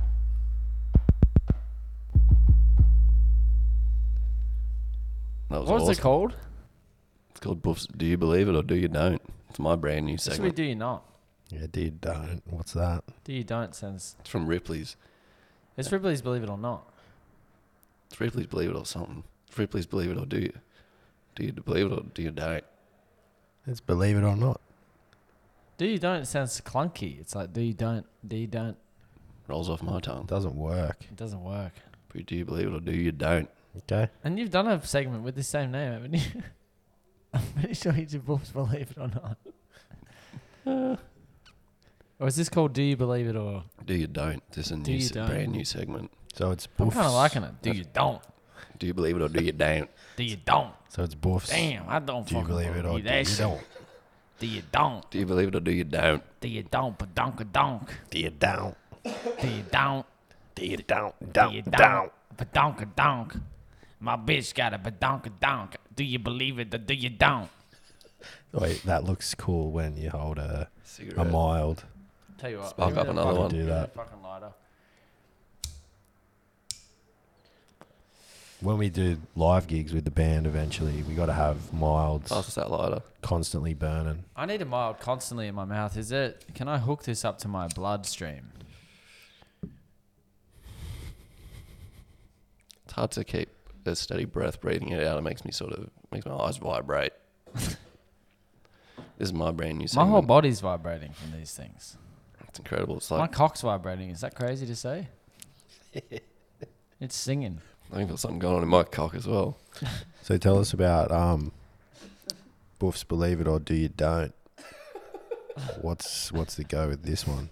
Speaker 3: That was
Speaker 5: What was it
Speaker 3: awesome.
Speaker 5: called?
Speaker 3: It's called Boofs. Do you believe it or do you don't? It's my brand new
Speaker 5: Should we
Speaker 3: segment.
Speaker 5: do you not?
Speaker 4: yeah, dude, don't. What's that?
Speaker 5: Do you don't sense?
Speaker 3: It's from Ripley's.
Speaker 5: It's Ripley's Believe It or Not.
Speaker 3: It's Ripley's Believe It or something. It's Ripley's Believe It or do you? Do you believe it or do you don't?
Speaker 4: Let's believe it or not.
Speaker 5: Do you don't sounds clunky. It's like do you don't do you don't.
Speaker 3: Rolls off my tongue.
Speaker 4: doesn't work.
Speaker 5: It doesn't work.
Speaker 3: But Do you believe it or do you don't?
Speaker 4: Okay.
Speaker 5: And you've done a segment with the same name, haven't you? I'm pretty sure you did Wolves Believe It or Not. or is this called Do You Believe It or
Speaker 3: Do you don't? This is a
Speaker 5: Do
Speaker 3: new,
Speaker 5: you
Speaker 3: se-
Speaker 5: don't?
Speaker 3: brand new segment.
Speaker 4: So it's
Speaker 5: I'm
Speaker 4: Boof's.
Speaker 5: kind of liking it. Do you don't?
Speaker 3: Do you believe it or do you don't?
Speaker 5: Do you don't?
Speaker 4: So it's boofs.
Speaker 5: Damn, I don't
Speaker 4: Do you
Speaker 5: fucking
Speaker 4: believe it or do you
Speaker 5: that shit.
Speaker 4: don't?
Speaker 5: Do you don't?
Speaker 3: Do you believe it or do you don't?
Speaker 5: Do you don't? But donk a donk.
Speaker 4: Do you don't?
Speaker 5: Do you don't?
Speaker 4: Do you don't?
Speaker 5: Do you
Speaker 4: Don't?
Speaker 5: don't? But donk a donk. My bitch got a but donk a donk. Do you believe it or do you don't?
Speaker 4: Wait, that looks cool when you hold a a
Speaker 3: Cigarette.
Speaker 4: mild.
Speaker 5: Tell you what.
Speaker 3: Spark
Speaker 5: give me
Speaker 3: up
Speaker 5: that
Speaker 3: another
Speaker 5: fucking-
Speaker 3: one.
Speaker 4: Do that.
Speaker 5: Fucking lighter.
Speaker 4: When we do live gigs with the band, eventually we got to have milds
Speaker 3: Pass us that lighter.
Speaker 4: constantly burning.
Speaker 5: I need a mild constantly in my mouth. Is it? Can I hook this up to my bloodstream?
Speaker 3: It's hard to keep a steady breath breathing it out. It makes me sort of makes my eyes vibrate. this is my brand new.
Speaker 5: My
Speaker 3: Segment.
Speaker 5: whole body's vibrating from these things.
Speaker 3: It's incredible. It's
Speaker 5: My
Speaker 3: like
Speaker 5: cock's vibrating. Is that crazy to say? it's singing.
Speaker 3: I think there's something going on in my cock as well.
Speaker 4: So tell us about um, Boofs Believe It or Do You Don't. What's what's the go with this one?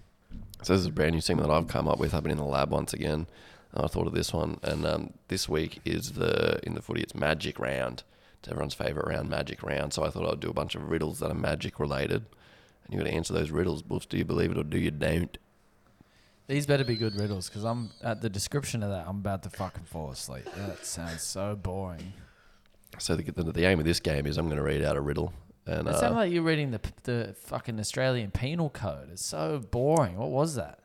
Speaker 3: So this is a brand new segment that I've come up with. I've been in the lab once again. And I thought of this one, and um, this week is the in the footy. It's magic round. It's everyone's favorite round, magic round. So I thought I'd do a bunch of riddles that are magic related, and you got to answer those riddles. Boofs, do you believe it or do you don't?
Speaker 5: These better be good riddles because I'm at the description of that. I'm about to fucking fall asleep. That sounds so boring.
Speaker 3: So the, the, the aim of this game is I'm going to read out a riddle, and
Speaker 5: It
Speaker 3: uh,
Speaker 5: sounded like you're reading the the fucking Australian Penal Code. It's so boring. What was that?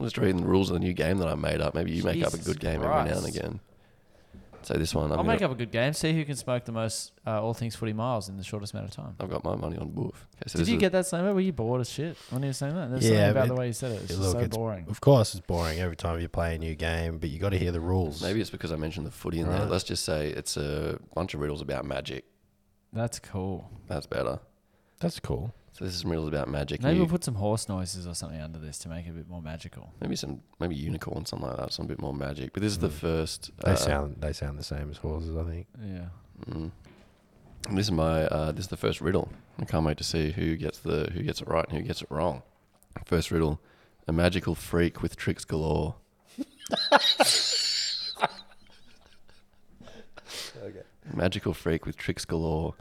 Speaker 3: I'm just reading the rules of the new game that I made up. Maybe you make up a
Speaker 5: Jesus
Speaker 3: good game every now and
Speaker 5: Christ.
Speaker 3: again. So this one,
Speaker 5: i
Speaker 3: I'm
Speaker 5: will make
Speaker 3: gonna,
Speaker 5: up a good game. See who can smoke the most uh, all things footy miles in the shortest amount of time.
Speaker 3: I've got my money on Wolf. Okay, so
Speaker 5: Did
Speaker 3: this
Speaker 5: you
Speaker 3: Uh, is-
Speaker 5: get that statement? Were you bored as shit when you were saying that? There's
Speaker 4: Yeah,
Speaker 5: something about
Speaker 4: it-
Speaker 5: the way you said it. It's just
Speaker 4: Look,
Speaker 5: so
Speaker 4: it's-
Speaker 5: boring.
Speaker 4: Of course, it's boring every time you play a new game, but you got to hear the rules.
Speaker 3: Maybe it's because I mentioned the footy in there.
Speaker 4: Right.
Speaker 3: Let's just say it's a bunch of riddles about magic.
Speaker 5: That's cool.
Speaker 3: That's better.
Speaker 4: that's cool.
Speaker 3: So this is some riddles about magic.
Speaker 5: Maybe
Speaker 3: You-
Speaker 5: we'll put some horse noises or something under this to make it a bit more magical.
Speaker 3: maybe some maybe unicorn, something like that, some bit more magic. But this is the first.
Speaker 4: They
Speaker 3: uh,
Speaker 4: sound they sound the same as horses. I think.
Speaker 5: Yeah.
Speaker 3: mm. This is my uh, this is the first riddle. I can't wait to see who gets the who gets it right and who gets it wrong. First riddle: a magical freak with tricks galore. Magical freak with tricks galore.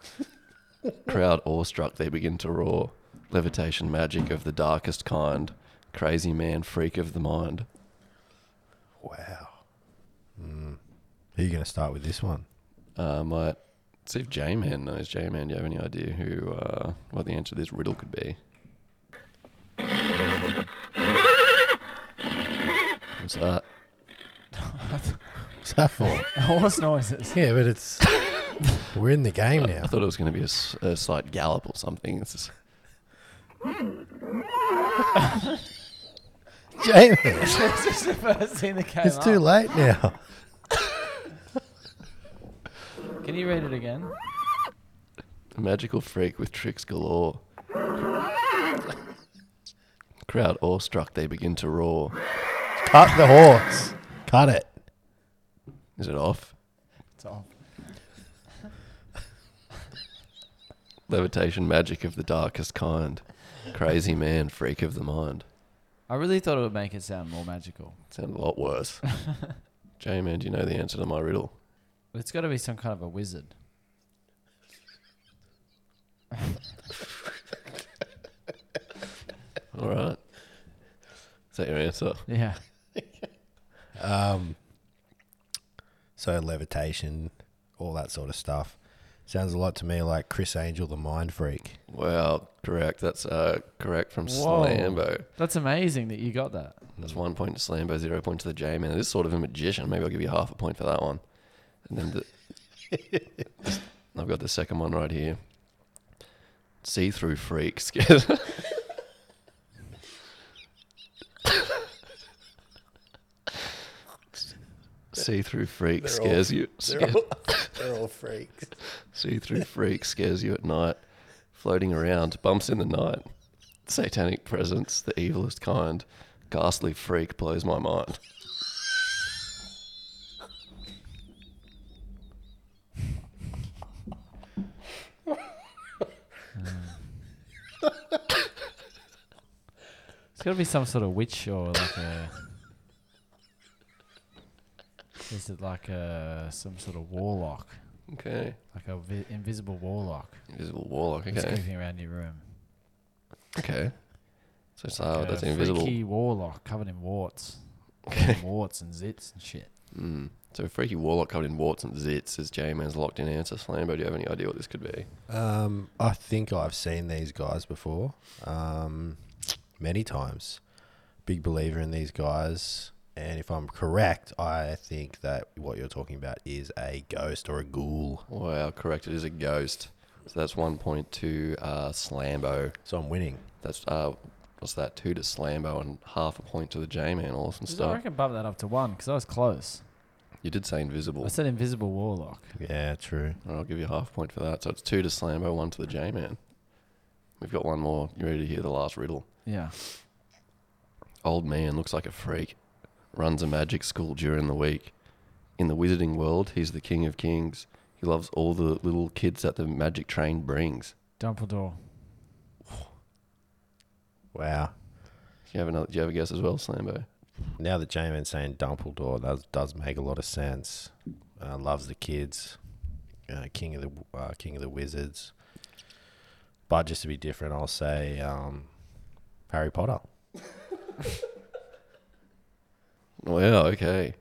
Speaker 3: Crowd awestruck, they begin to roar. Levitation magic of the darkest kind. Crazy man, freak of the mind.
Speaker 4: Wow. Mm. Who are you going to start with this one?
Speaker 3: Uh, might see if J Man knows. J Man, do you have any idea who uh, what the answer to this riddle could be? What's that?
Speaker 4: What's that for?
Speaker 5: horse noises.
Speaker 4: yeah, but it's we're in the game now.
Speaker 3: I thought it was going to be a, s- a slight gallop or something. It's just,
Speaker 4: Jamie,
Speaker 5: That's just the first thing that came
Speaker 4: it's too
Speaker 5: up.
Speaker 4: late now.
Speaker 5: Can you read it again?
Speaker 3: a magical freak with tricks galore. Crowd awestruck, they begin to roar.
Speaker 4: Cut the horse. Cut it.
Speaker 3: Is it off?
Speaker 5: It's off.
Speaker 3: Levitation magic of the darkest kind. Crazy man, freak of the mind.
Speaker 5: I really thought it would make it sound more magical.
Speaker 3: Sounds a lot worse. J Man, do you know the answer to my riddle?
Speaker 5: It's got to be some kind of a wizard.
Speaker 3: All right. Is that your answer?
Speaker 5: Yeah.
Speaker 4: Um, so levitation, all that sort of stuff, sounds a lot to me like Chris Angel, the mind freak.
Speaker 3: Wow, correct. That's uh, correct from
Speaker 5: Whoa.
Speaker 3: Slambo.
Speaker 5: That's amazing that you got that.
Speaker 3: That's one point to Slambo, zero point to the J Man. This is sort of a magician. Maybe I'll give you half a point for that one. And then the, I've got the second one right here. See through freaks. See through freak scares you. scares-
Speaker 4: They're all freaks.
Speaker 3: See through freak scares you at night, floating around, bumps in the night. Satanic presence, the evilest kind, ghastly freak blows my mind.
Speaker 5: It's got to be some sort of witch or like a. Is it like a some sort of warlock,
Speaker 3: Okay.
Speaker 5: like a vi- invisible warlock,
Speaker 3: Invisible warlock.
Speaker 5: that's
Speaker 3: Okay.
Speaker 5: creeping around your room?
Speaker 3: Okay. So it's oh,
Speaker 5: Like
Speaker 3: that's
Speaker 5: a
Speaker 3: invisible.
Speaker 5: Freaky warlock covered in warts, Covered in warts and zits and shit.
Speaker 3: Mm. So a freaky warlock covered in warts and zits is J-Man's locked in answer. Slambo, do you have any idea what this could be?
Speaker 4: Um, I think I've seen these guys before, um, many times. Big believer in these guys, and if I'm correct, I think that what you're talking about is a ghost or a ghoul.
Speaker 3: Wow, correct. It is a ghost. So that's one point to uh, Slambo.
Speaker 4: So I'm winning.
Speaker 3: That's uh, what's that? Two to Slambo and half a point to the J-Man. Awesome
Speaker 5: I
Speaker 3: stuff.
Speaker 5: reckon bump that up to one because I was close.
Speaker 3: You did say invisible.
Speaker 5: I said invisible warlock.
Speaker 4: Yeah, true.
Speaker 3: All right, I'll give you a half point for that. So it's two to Slambo, one to the J-Man. We've got one more. You ready to hear the last riddle?
Speaker 5: Yeah.
Speaker 3: Old man looks like a freak. Runs a magic school during the week. In the wizarding world, he's the king of kings. He loves all the little kids that the magic train brings.
Speaker 5: Dumbledore.
Speaker 4: Wow.
Speaker 3: Do you have another? Do you have a guess as well, Slambo?
Speaker 4: Now that Jamin's saying Dumbledore, that does make a lot of sense. Uh, loves the kids, uh, king of the uh, king of the wizards. But just to be different, I'll say um, Harry Potter.
Speaker 3: Wow. Oh, Okay.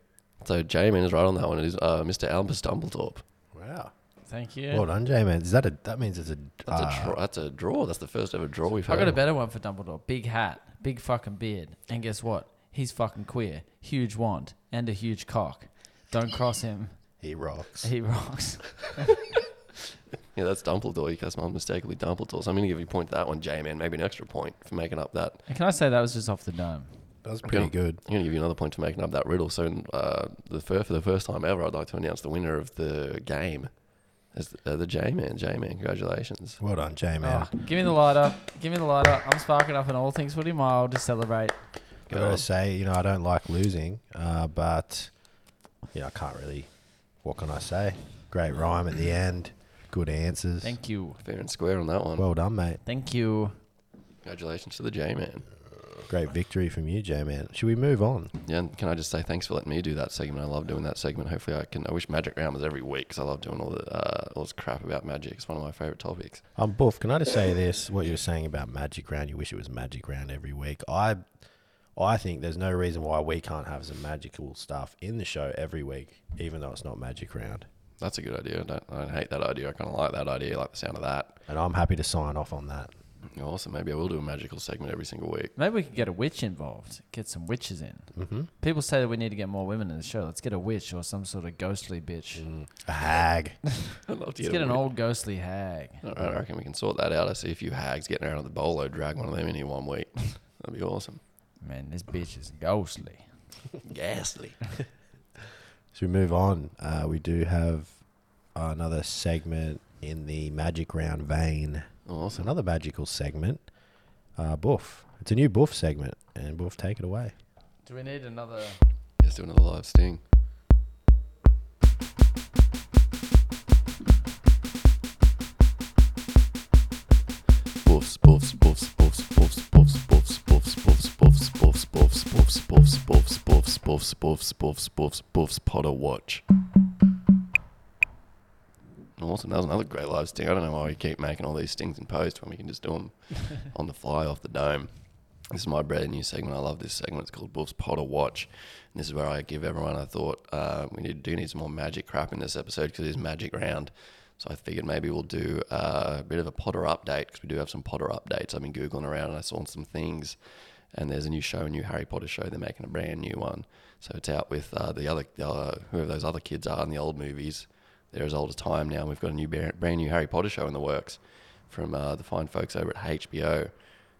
Speaker 3: So J-Man is right on that one. It is uh, Mr. Albus Dumbledore.
Speaker 4: Wow.
Speaker 5: Thank you.
Speaker 4: Well done, J-Man. Is that a? That means it's a.
Speaker 3: That's,
Speaker 4: uh,
Speaker 3: a draw, that's a draw. That's the first ever draw we've
Speaker 5: I
Speaker 3: had.
Speaker 5: got a better one for Dumbledore. Big hat, big fucking beard, and guess what? He's fucking queer. Huge wand and a huge cock. Don't cross him.
Speaker 4: He rocks.
Speaker 5: He rocks.
Speaker 3: Yeah, that's Dumbledore. You guys unmistakably Dumbledore. So I'm going to give you a point to that one, J-Man. Maybe an extra point for making up that.
Speaker 5: And can I say that was just off the dome?
Speaker 4: That was pretty good.
Speaker 3: I'm going to give you another point for making up that riddle. So uh, the fir- for the first time ever, I'd like to announce the winner of the game as the, uh, the J-Man. J-Man, congratulations.
Speaker 4: Well done, J-Man.
Speaker 5: Oh, give me the lighter. Give me the lighter. I'm sparking up an all things footy mile to celebrate.
Speaker 4: I gotta say, you know, I don't like losing, uh, but you know, I can't really. What can I say? Great rhyme at the end. Good answers.
Speaker 5: Thank you.
Speaker 3: Fair and square on that one.
Speaker 4: well done, mate.
Speaker 5: Thank you.
Speaker 3: Congratulations to the J-Man.
Speaker 4: Great victory from you, J-Man. Should we move on?
Speaker 3: Yeah, and can I just say thanks for letting me do that segment? I love doing that segment. Hopefully, I can. I wish Magic Round was every week because I love doing all the uh, all this crap about magic. It's one of my favorite topics.
Speaker 4: Um, Boof, can I just say this? What you were saying about Magic Round, you wish it was Magic Round every week. I, I think there's no reason why we can't have some magical stuff in the show every week, even though it's not Magic Round.
Speaker 3: That's a good idea. I don't, I don't hate that idea. I kind of like that idea. I like the sound of that.
Speaker 4: And I'm happy to sign off on that.
Speaker 3: Awesome. Maybe I will do a magical segment every single week.
Speaker 5: Maybe we could get a witch involved. Get some witches in. Mm-hmm. People say that we need to get more women in the show. Let's get a witch or some sort of ghostly bitch.
Speaker 4: A hag.
Speaker 3: I'd love to
Speaker 5: Let's
Speaker 3: get,
Speaker 5: get
Speaker 3: a
Speaker 5: an
Speaker 3: win.
Speaker 5: old ghostly hag.
Speaker 3: All right, I reckon we can sort that out. I see a few hags getting around at the bolo. Drag one of them in here one week. That'd be awesome.
Speaker 5: Man, this bitch is ghostly.
Speaker 3: Ghastly.
Speaker 4: So we move on. Uh, we do have another segment in the Magic Round vein. It's
Speaker 3: Awesome.
Speaker 4: another magical segment. Uh, Boof. It's a new Boof segment. And Boof, take it away.
Speaker 5: Do we need another?
Speaker 3: Let's do another live sting. Boofs, boofs, boofs, boofs, boofs, boofs, boofs, boofs, boofs, boofs, boofs, boofs, boofs, boofs, boofs, boofs, boofs, boofs, boofs, boofs, boofs, Potter watch. Awesome. That was another great live sting. I don't know why we keep making all these stings in post when we can just do them on the fly off the dome. This is my brand new segment. I love this segment. It's called Wolf's Potter Watch. And this is where I give everyone, I thought, uh, we need, do need some more magic crap in this episode because it is magic round. So I figured maybe we'll do uh, a bit of a Potter update because we do have some Potter updates. I've been Googling around and I saw some things. And there's a new show, a new Harry Potter show. They're making a brand new one. So it's out with uh, the other, uh, whoever those other kids are in the old movies they're as old as time now. We've got a new bar- brand new Harry Potter show in the works from uh, the fine folks over at HBO,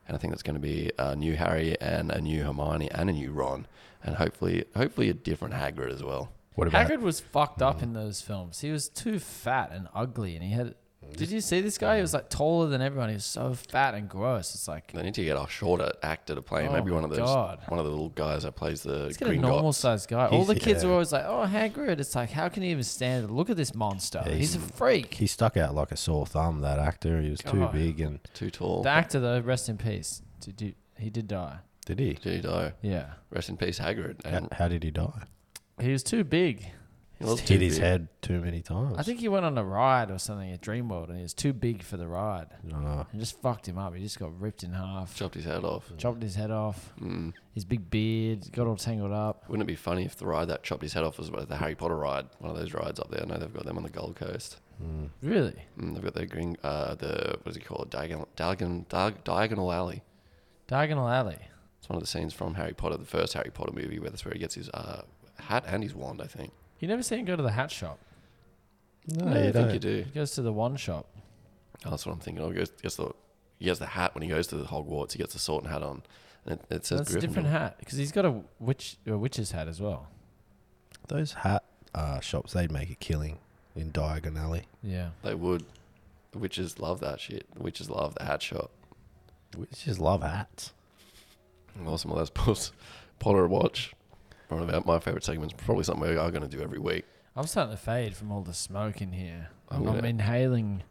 Speaker 3: and I think that's going to be a new Harry and a new Hermione and a new Ron, and hopefully, hopefully a different Hagrid as well.
Speaker 4: What about
Speaker 5: Hagrid was fucked up in those films. He was too fat and ugly, and he had. Did you see this guy? He was like taller than everyone. He was so fat and gross. It's like
Speaker 3: They need to get a shorter actor to play him.
Speaker 5: Oh
Speaker 3: Maybe
Speaker 5: my
Speaker 3: one of those,
Speaker 5: God.
Speaker 3: one of the little guys that plays the
Speaker 5: let's get a
Speaker 3: green guy.
Speaker 5: normal sized guy. All
Speaker 4: He's-
Speaker 5: the kids
Speaker 4: yeah.
Speaker 5: are always like, "Oh, Hagrid." It's like, how can he even stand? it? Look at this monster. he's, a freak.
Speaker 4: He stuck out like a sore thumb, that actor. He was too
Speaker 5: God.
Speaker 4: big and.
Speaker 3: Too tall.
Speaker 5: The actor, though, rest in peace. Did you? He did die.
Speaker 4: Did he?
Speaker 3: Gee, die.
Speaker 5: Yeah,
Speaker 3: Rest in peace, Hagrid.
Speaker 4: How,
Speaker 3: And
Speaker 4: how did he die?
Speaker 5: he was too big.
Speaker 3: He was
Speaker 4: Hit
Speaker 3: too
Speaker 4: his
Speaker 3: big.
Speaker 4: head too many times.
Speaker 5: I think he went on a ride or something at Dreamworld and he was too big for the ride.
Speaker 4: Ah.
Speaker 5: And just fucked him up. He just got ripped in half,
Speaker 3: Chopped his head off.
Speaker 5: chopped his head off. His big beard got all tangled up.
Speaker 3: Wouldn't it be funny if the ride that chopped his head off was about the Harry Potter ride? One of those rides up there. I know they've got them on the Gold Coast.
Speaker 5: Really?
Speaker 3: Mm, they've got their green, uh, the what is it called? Diagonal, diagonal, Diag- diagonal Alley.
Speaker 5: Diagonal Alley.
Speaker 3: It's one of the scenes from Harry Potter, the first Harry Potter movie, where that's where he gets his uh, hat and his wand. I think.
Speaker 5: You never see him go to the hat shop.
Speaker 4: No,
Speaker 3: I
Speaker 4: you
Speaker 3: think
Speaker 4: don't.
Speaker 3: you do.
Speaker 5: He goes to the wand shop.
Speaker 3: Oh, that's what I'm thinking. Of. He, goes, gets the, he gets the hat when he goes to the Hogwarts. He gets the sorting hat on, and it, it says
Speaker 5: That's a different
Speaker 3: Gryffindor.
Speaker 5: hat because he's got a witch, a witch's hat as well.
Speaker 4: Those hat uh, shops, they'd make a killing in Diagon Alley.
Speaker 5: Yeah.
Speaker 3: They would. The witches love that shit. The witches love the hat shop.
Speaker 4: We just love hats.
Speaker 3: Awesome. Well, that's Puff's Potter Watch. One of our- my favorite segments. Probably something we are going to do every week.
Speaker 5: I'm starting to fade from all the smoke in here.
Speaker 3: I'm
Speaker 5: I'm,
Speaker 3: gonna-
Speaker 5: inhaling.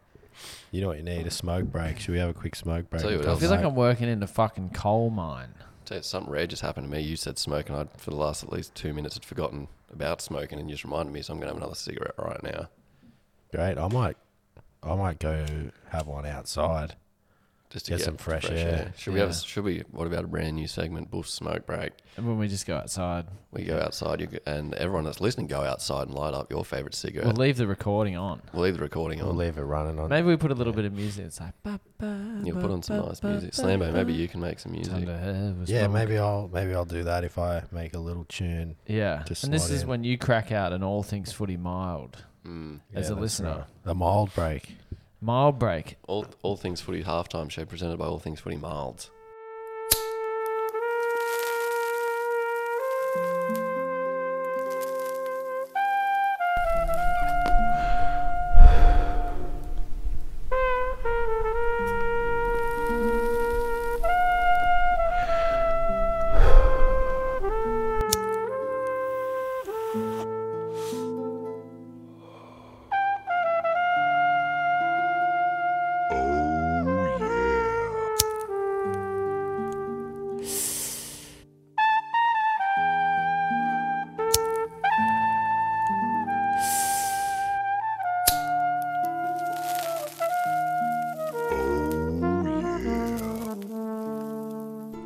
Speaker 4: You know what you need? A smoke break. Should we have a quick smoke break?
Speaker 3: Tell you what
Speaker 4: Don't
Speaker 5: I
Speaker 3: else-
Speaker 5: feel like
Speaker 4: know.
Speaker 5: I'm working in a fucking coal mine.
Speaker 3: Tell you, something rare just happened to me. You said smoke, and I, for the last at least two minutes, had forgotten about smoking, and you just reminded me. So I'm going to have another cigarette right now.
Speaker 4: Great. I might, I might go have one outside.
Speaker 3: Just to
Speaker 4: Get some fresh air.
Speaker 3: Should we have? A,
Speaker 5: Yeah.
Speaker 3: should we? What about a brand new segment? Buff's smoke break.
Speaker 5: And when we just go outside,
Speaker 3: We go outside, you, go- and everyone that's listening, go outside and light up your favorite cigarette.
Speaker 5: we'll leave the recording on.
Speaker 3: We'll leave the recording
Speaker 4: We'll
Speaker 3: on.
Speaker 4: leave it running on.
Speaker 5: Maybe we put a little bit of music. It's like, ba, ba,
Speaker 3: You'll put on some nice music. Slambo, maybe you can make some music.
Speaker 4: Yeah, maybe I'll maybe I'll do that if I make a little tune.
Speaker 5: Yeah.
Speaker 4: Just
Speaker 5: and this
Speaker 4: slide
Speaker 5: is
Speaker 4: in. Mm.
Speaker 5: when you crack out an all things footy mild
Speaker 4: Yeah,
Speaker 5: as a
Speaker 4: that's
Speaker 5: listener.
Speaker 4: right. a mild break.
Speaker 5: Mild break.
Speaker 3: All, all Things Footy halftime show presented by All Things Footy Milds.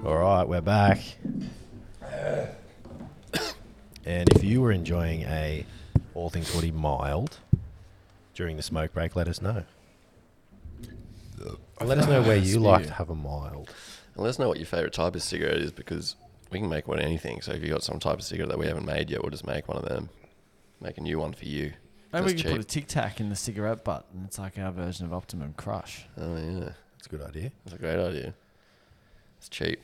Speaker 4: All right, we're back. and if you were enjoying a all things footy mild during the smoke break, let us know. Let us know where you like to have a mild.
Speaker 3: And let us know what your favorite type of cigarette is because we can make one anything. So if you've got some type of cigarette that we haven't made yet, we'll just make one of them. Make a new one for you.
Speaker 5: Maybe we
Speaker 3: That's
Speaker 5: could put a tic tac in the cigarette butt, and it's like our version of Optimum Crush.
Speaker 3: Oh, yeah.
Speaker 4: That's a good idea.
Speaker 3: That's a great idea. It's cheap.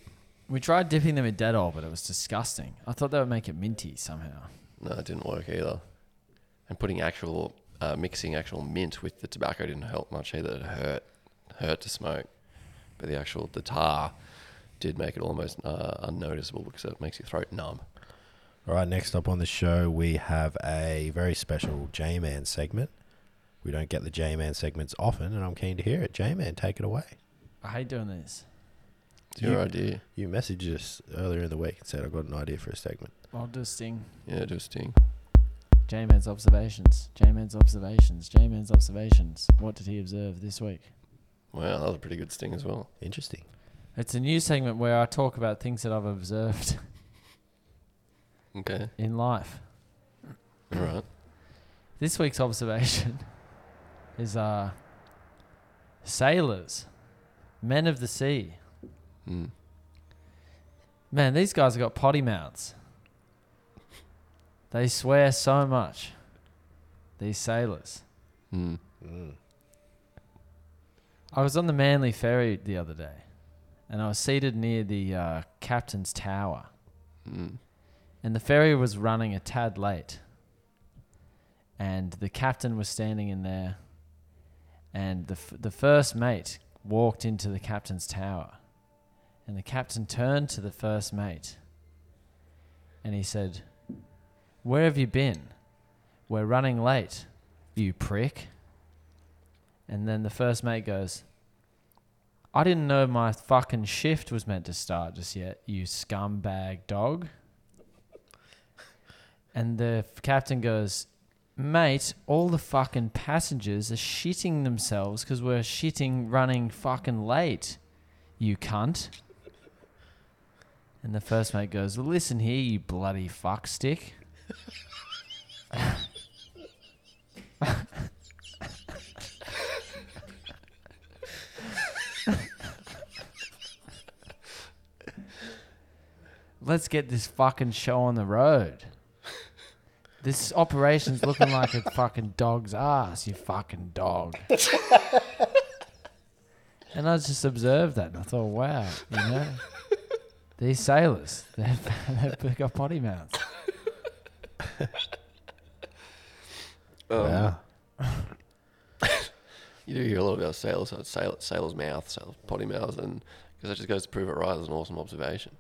Speaker 5: We tried dipping them in Dettol, but it was disgusting. I thought that would make it minty somehow.
Speaker 3: No, it didn't work either. And putting actual, uh, mixing actual mint with the tobacco didn't help much either. It hurt, hurt to smoke. But the actual, the tar did make it almost uh, unnoticeable because it makes your throat numb.
Speaker 4: All right, next up on the show, we have a very special J Man segment. We don't get the J Man segments often, and I'm keen to hear it. J Man, take it away.
Speaker 5: I hate doing this.
Speaker 3: It's your
Speaker 4: You-
Speaker 3: idea.
Speaker 4: You messaged us earlier in the week and said, I got an idea for a segment.
Speaker 5: I'll do a sting.
Speaker 3: Yeah, do a sting.
Speaker 5: J Man's observations. J Man's observations. J Man's observations. What did he observe this week?
Speaker 3: Wow, that was a pretty good sting as well.
Speaker 4: Interesting.
Speaker 5: It's a new segment where I talk about things that I've observed
Speaker 3: Okay,
Speaker 5: in life.
Speaker 3: all right.
Speaker 5: This week's observation is uh, sailors, men of the sea.
Speaker 3: Mm.
Speaker 5: Man, these guys have got potty mouths. They swear so much. These sailors.
Speaker 3: Mm.
Speaker 5: I was on the Manly ferry the other day, and I was seated near the uh, captain's tower,
Speaker 3: Mm.
Speaker 5: and the ferry was running a tad late, and the captain was standing in there, and the f- the first mate walked into the captain's tower, and the captain turned to the first mate, and he said, "Where have you been? We're running late, you prick." And then the first mate goes, I didn't know my fucking shift was meant to start just yet, you scumbag dog. And the f- captain goes, mate, all the fucking passengers are shitting themselves because we're shitting running fucking late, you cunt. And the first mate goes, well, listen here, you bloody fuck stick. Let's get this fucking show on the road. This operation's looking like a fucking dog's ass, you fucking dog. and I just observed that and I thought, wow, you know, these sailors, they've, they've got potty mouths.
Speaker 4: wow.
Speaker 3: You do hear a lot about sailors, so it's sailor, sailors' mouth, sailors' potty mouths, and because that just goes to prove it right. It's an awesome observation.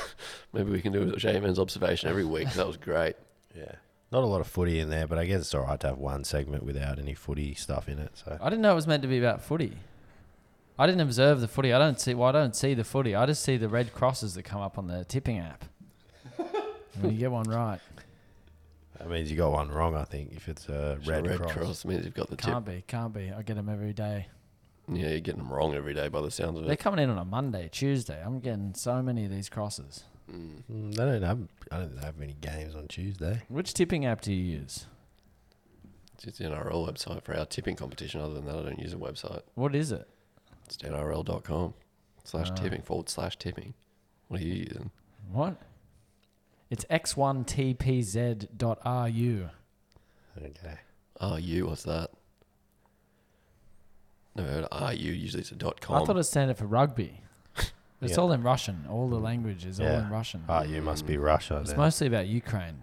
Speaker 3: Maybe we can do a J-Man's observation every week. 'cause That was great.
Speaker 4: Yeah. Not a lot of footy in there, but I guess it's all right to have one segment without any footy stuff in it. So
Speaker 5: I didn't know it was meant to be about footy. I didn't observe the footy. I don't see. Well, I don't see the footy. I just see the red crosses that come up on the tipping app. when you get one right,
Speaker 4: that means you got one wrong, I think, if it's a
Speaker 3: Just a
Speaker 4: red, cross.
Speaker 3: means you've got the tip.
Speaker 5: can't be, can't be. I get them every day.
Speaker 3: Yeah, you're getting them wrong every day by the sounds of
Speaker 5: They're
Speaker 3: it.
Speaker 5: coming in on a Monday, Tuesday. I'm getting so many of these crosses.
Speaker 4: Mm, They don't have. I don't think they have many games on Tuesday.
Speaker 5: Which tipping app do you use?
Speaker 3: It's just the NRL website for our tipping competition. Other than that, I don't use a website.
Speaker 5: What is it?
Speaker 3: It's nrl.com
Speaker 5: Ah.
Speaker 3: slash tipping forward slash tipping. What are you using?
Speaker 5: What? It's x1tpz.ru.
Speaker 4: Okay.
Speaker 3: RU, what's that? Never heard of RU. Usually it's a dot com.
Speaker 5: I thought it standard for rugby. It's
Speaker 4: Yeah.
Speaker 5: all in Russian. All the language is all
Speaker 4: Yeah.
Speaker 5: in Russian.
Speaker 4: Ah, you must be Russia.
Speaker 5: it's
Speaker 4: Then.
Speaker 5: mostly about Ukraine.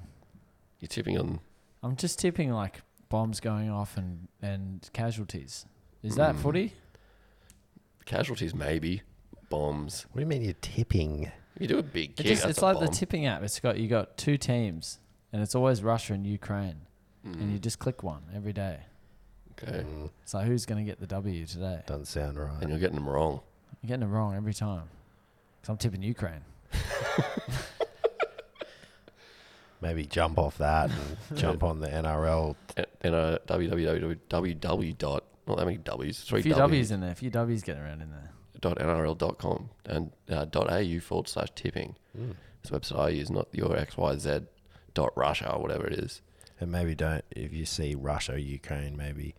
Speaker 3: You're tipping on
Speaker 5: I'm just tipping like bombs going off and, and casualties. Is that footy?
Speaker 3: casualties, maybe. Bombs.
Speaker 4: what do you mean you're tipping?
Speaker 3: If you do a big
Speaker 5: It
Speaker 3: kick,
Speaker 5: just,
Speaker 3: that's
Speaker 5: it's
Speaker 3: a
Speaker 5: like
Speaker 3: bomb.
Speaker 5: the tipping app. It's got you got two teams, and it's always Russia and Ukraine, and you just click one every day.
Speaker 3: Okay.
Speaker 5: It's like who's gonna get the W today?
Speaker 4: Doesn't sound
Speaker 3: And
Speaker 4: right.
Speaker 3: you're getting them wrong.
Speaker 5: You're getting it wrong every time. Cause I'm tipping Ukraine.
Speaker 4: Maybe jump off that and jump on the NRL.
Speaker 3: And and, uh, www dot not that many W's, three
Speaker 5: A few
Speaker 3: W's
Speaker 5: W's in there. A few W's getting around in there.
Speaker 3: dot nrl dot com and uh, dot au forward slash tipping.
Speaker 5: Hmm.
Speaker 3: This website I use, not your xyz dot Russia or whatever it is.
Speaker 4: And maybe don't. If you see Russia, Ukraine, maybe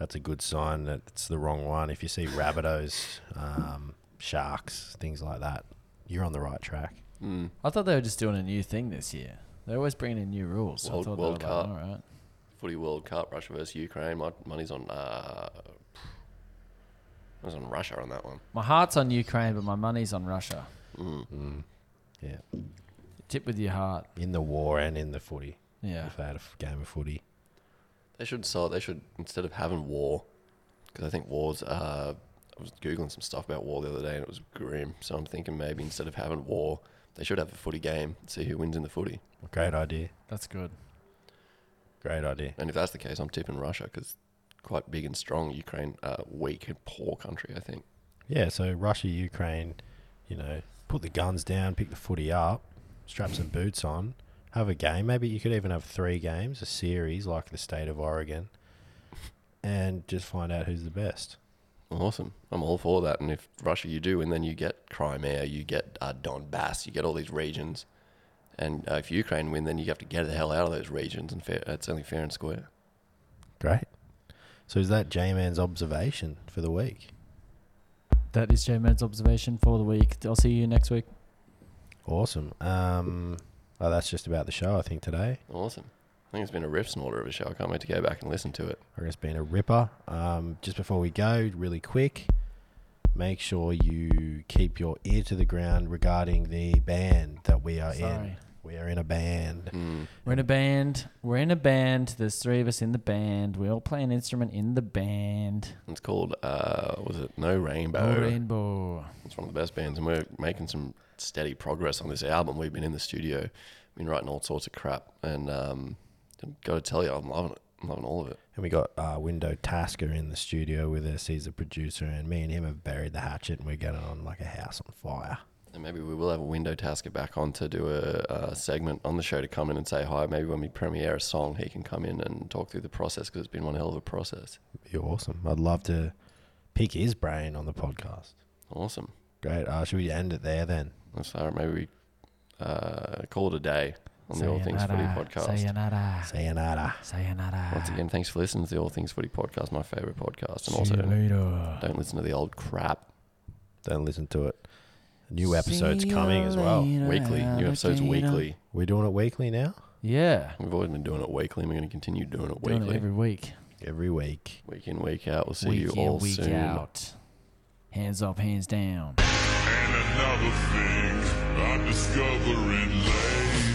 Speaker 4: that's a good sign that it's the wrong one. If you see Rabbitohs, um, Sharks, things like that, you're on the right track.
Speaker 5: I thought they were just doing a new thing this year. They're always bringing in new rules. so I
Speaker 3: World-
Speaker 5: thought
Speaker 3: World
Speaker 5: they were like,
Speaker 3: Cup.
Speaker 5: all right.
Speaker 3: Footy World Cup, Russia versus Ukraine. My money's on. Uh, I was on Russia on that one.
Speaker 5: My heart's on Ukraine, but my money's on Russia.
Speaker 4: Yeah.
Speaker 5: Tip with your heart.
Speaker 4: In the war and in the footy.
Speaker 5: Yeah.
Speaker 4: If they had a f- game of footy.
Speaker 3: They should sell. They should instead of having war, because I think wars. Uh, I was googling some stuff about war the other day and it was grim. So I'm thinking maybe instead of having war, they should have a footy game. and See who wins in the footy.
Speaker 4: Great idea.
Speaker 5: That's good.
Speaker 4: Great idea.
Speaker 3: And if that's the case, I'm tipping Russia because quite big and strong. Ukraine, uh, weak and poor country, I think.
Speaker 4: Yeah, so Russia, Ukraine, you know, put the guns down, pick the footy up, strap some boots on, have a game. Maybe you could even have three games, a series like the state of Oregon, and just find out who's the best.
Speaker 3: Awesome. I'm all for that. And if Russia you do, and then you get Crimea, you get uh, Donbass, you get all these regions. And uh, if Ukraine win, then you have to get the hell out of those regions. And fair, uh, it's only fair and square.
Speaker 4: Great. So is that J Man's observation for the week?
Speaker 5: That is J Man's observation for the week. I'll see you next week.
Speaker 4: Awesome. Um, oh, that's just about the show, I think, today.
Speaker 3: Awesome. I think it's been a riff snorter of a show. I can't wait to go back and listen to it.
Speaker 4: I guess being a ripper. Um, just before we go, really quick, make sure you keep your ear to the ground regarding the band that we are in.
Speaker 5: Sorry.
Speaker 4: We are in a band.
Speaker 5: We're in a band. We're in a band. There's three of us in the band. We all play an instrument in the band.
Speaker 3: It's called, uh, was it No Rainbow?
Speaker 5: Oh, Rainbow.
Speaker 3: It's one of the best bands, and we're making some steady progress on this album. We've been in the studio, been writing all sorts of crap, and um, got to tell you, I'm loving it. I'm loving all of it.
Speaker 4: And we got uh, Window Tasker in the studio with us. He's a producer, and me and him have buried the hatchet, and we're getting on like a house on fire.
Speaker 3: And maybe we will have a window tasker back on to do a, uh segment on the show to come in and say hi. Maybe when we premiere a song, he can come in and talk through the process because it's been one hell of a process.
Speaker 4: You're awesome. I'd love to pick his brain on the podcast.
Speaker 3: Awesome.
Speaker 4: Great. Uh, should we end it there then?
Speaker 3: That's all right. Maybe we uh, call it a day on the All Things Footy podcast.
Speaker 5: Sayonara.
Speaker 4: Sayonara.
Speaker 5: Sayonara.
Speaker 3: Once again, thanks for listening to the All Things Footy podcast, my favorite podcast. And
Speaker 5: See
Speaker 3: also,
Speaker 5: you
Speaker 3: don't,
Speaker 5: later.
Speaker 3: don't listen to the old crap.
Speaker 4: Don't listen to it. New
Speaker 5: See
Speaker 4: episodes
Speaker 5: you
Speaker 4: coming as well.
Speaker 5: later,
Speaker 3: Weekly. New episodes
Speaker 5: alligator.
Speaker 3: weekly.
Speaker 4: We're doing it weekly now?
Speaker 5: Yeah.
Speaker 3: We've always been doing it weekly and we're going to continue doing it
Speaker 5: Doing it
Speaker 3: weekly.
Speaker 5: every week.
Speaker 4: Every week.
Speaker 3: week in, week out. We'll see
Speaker 5: week
Speaker 3: you
Speaker 5: in,
Speaker 3: all
Speaker 5: week
Speaker 3: soon.
Speaker 5: out. Hands up, hands down.
Speaker 8: And another thing I'm discovering late.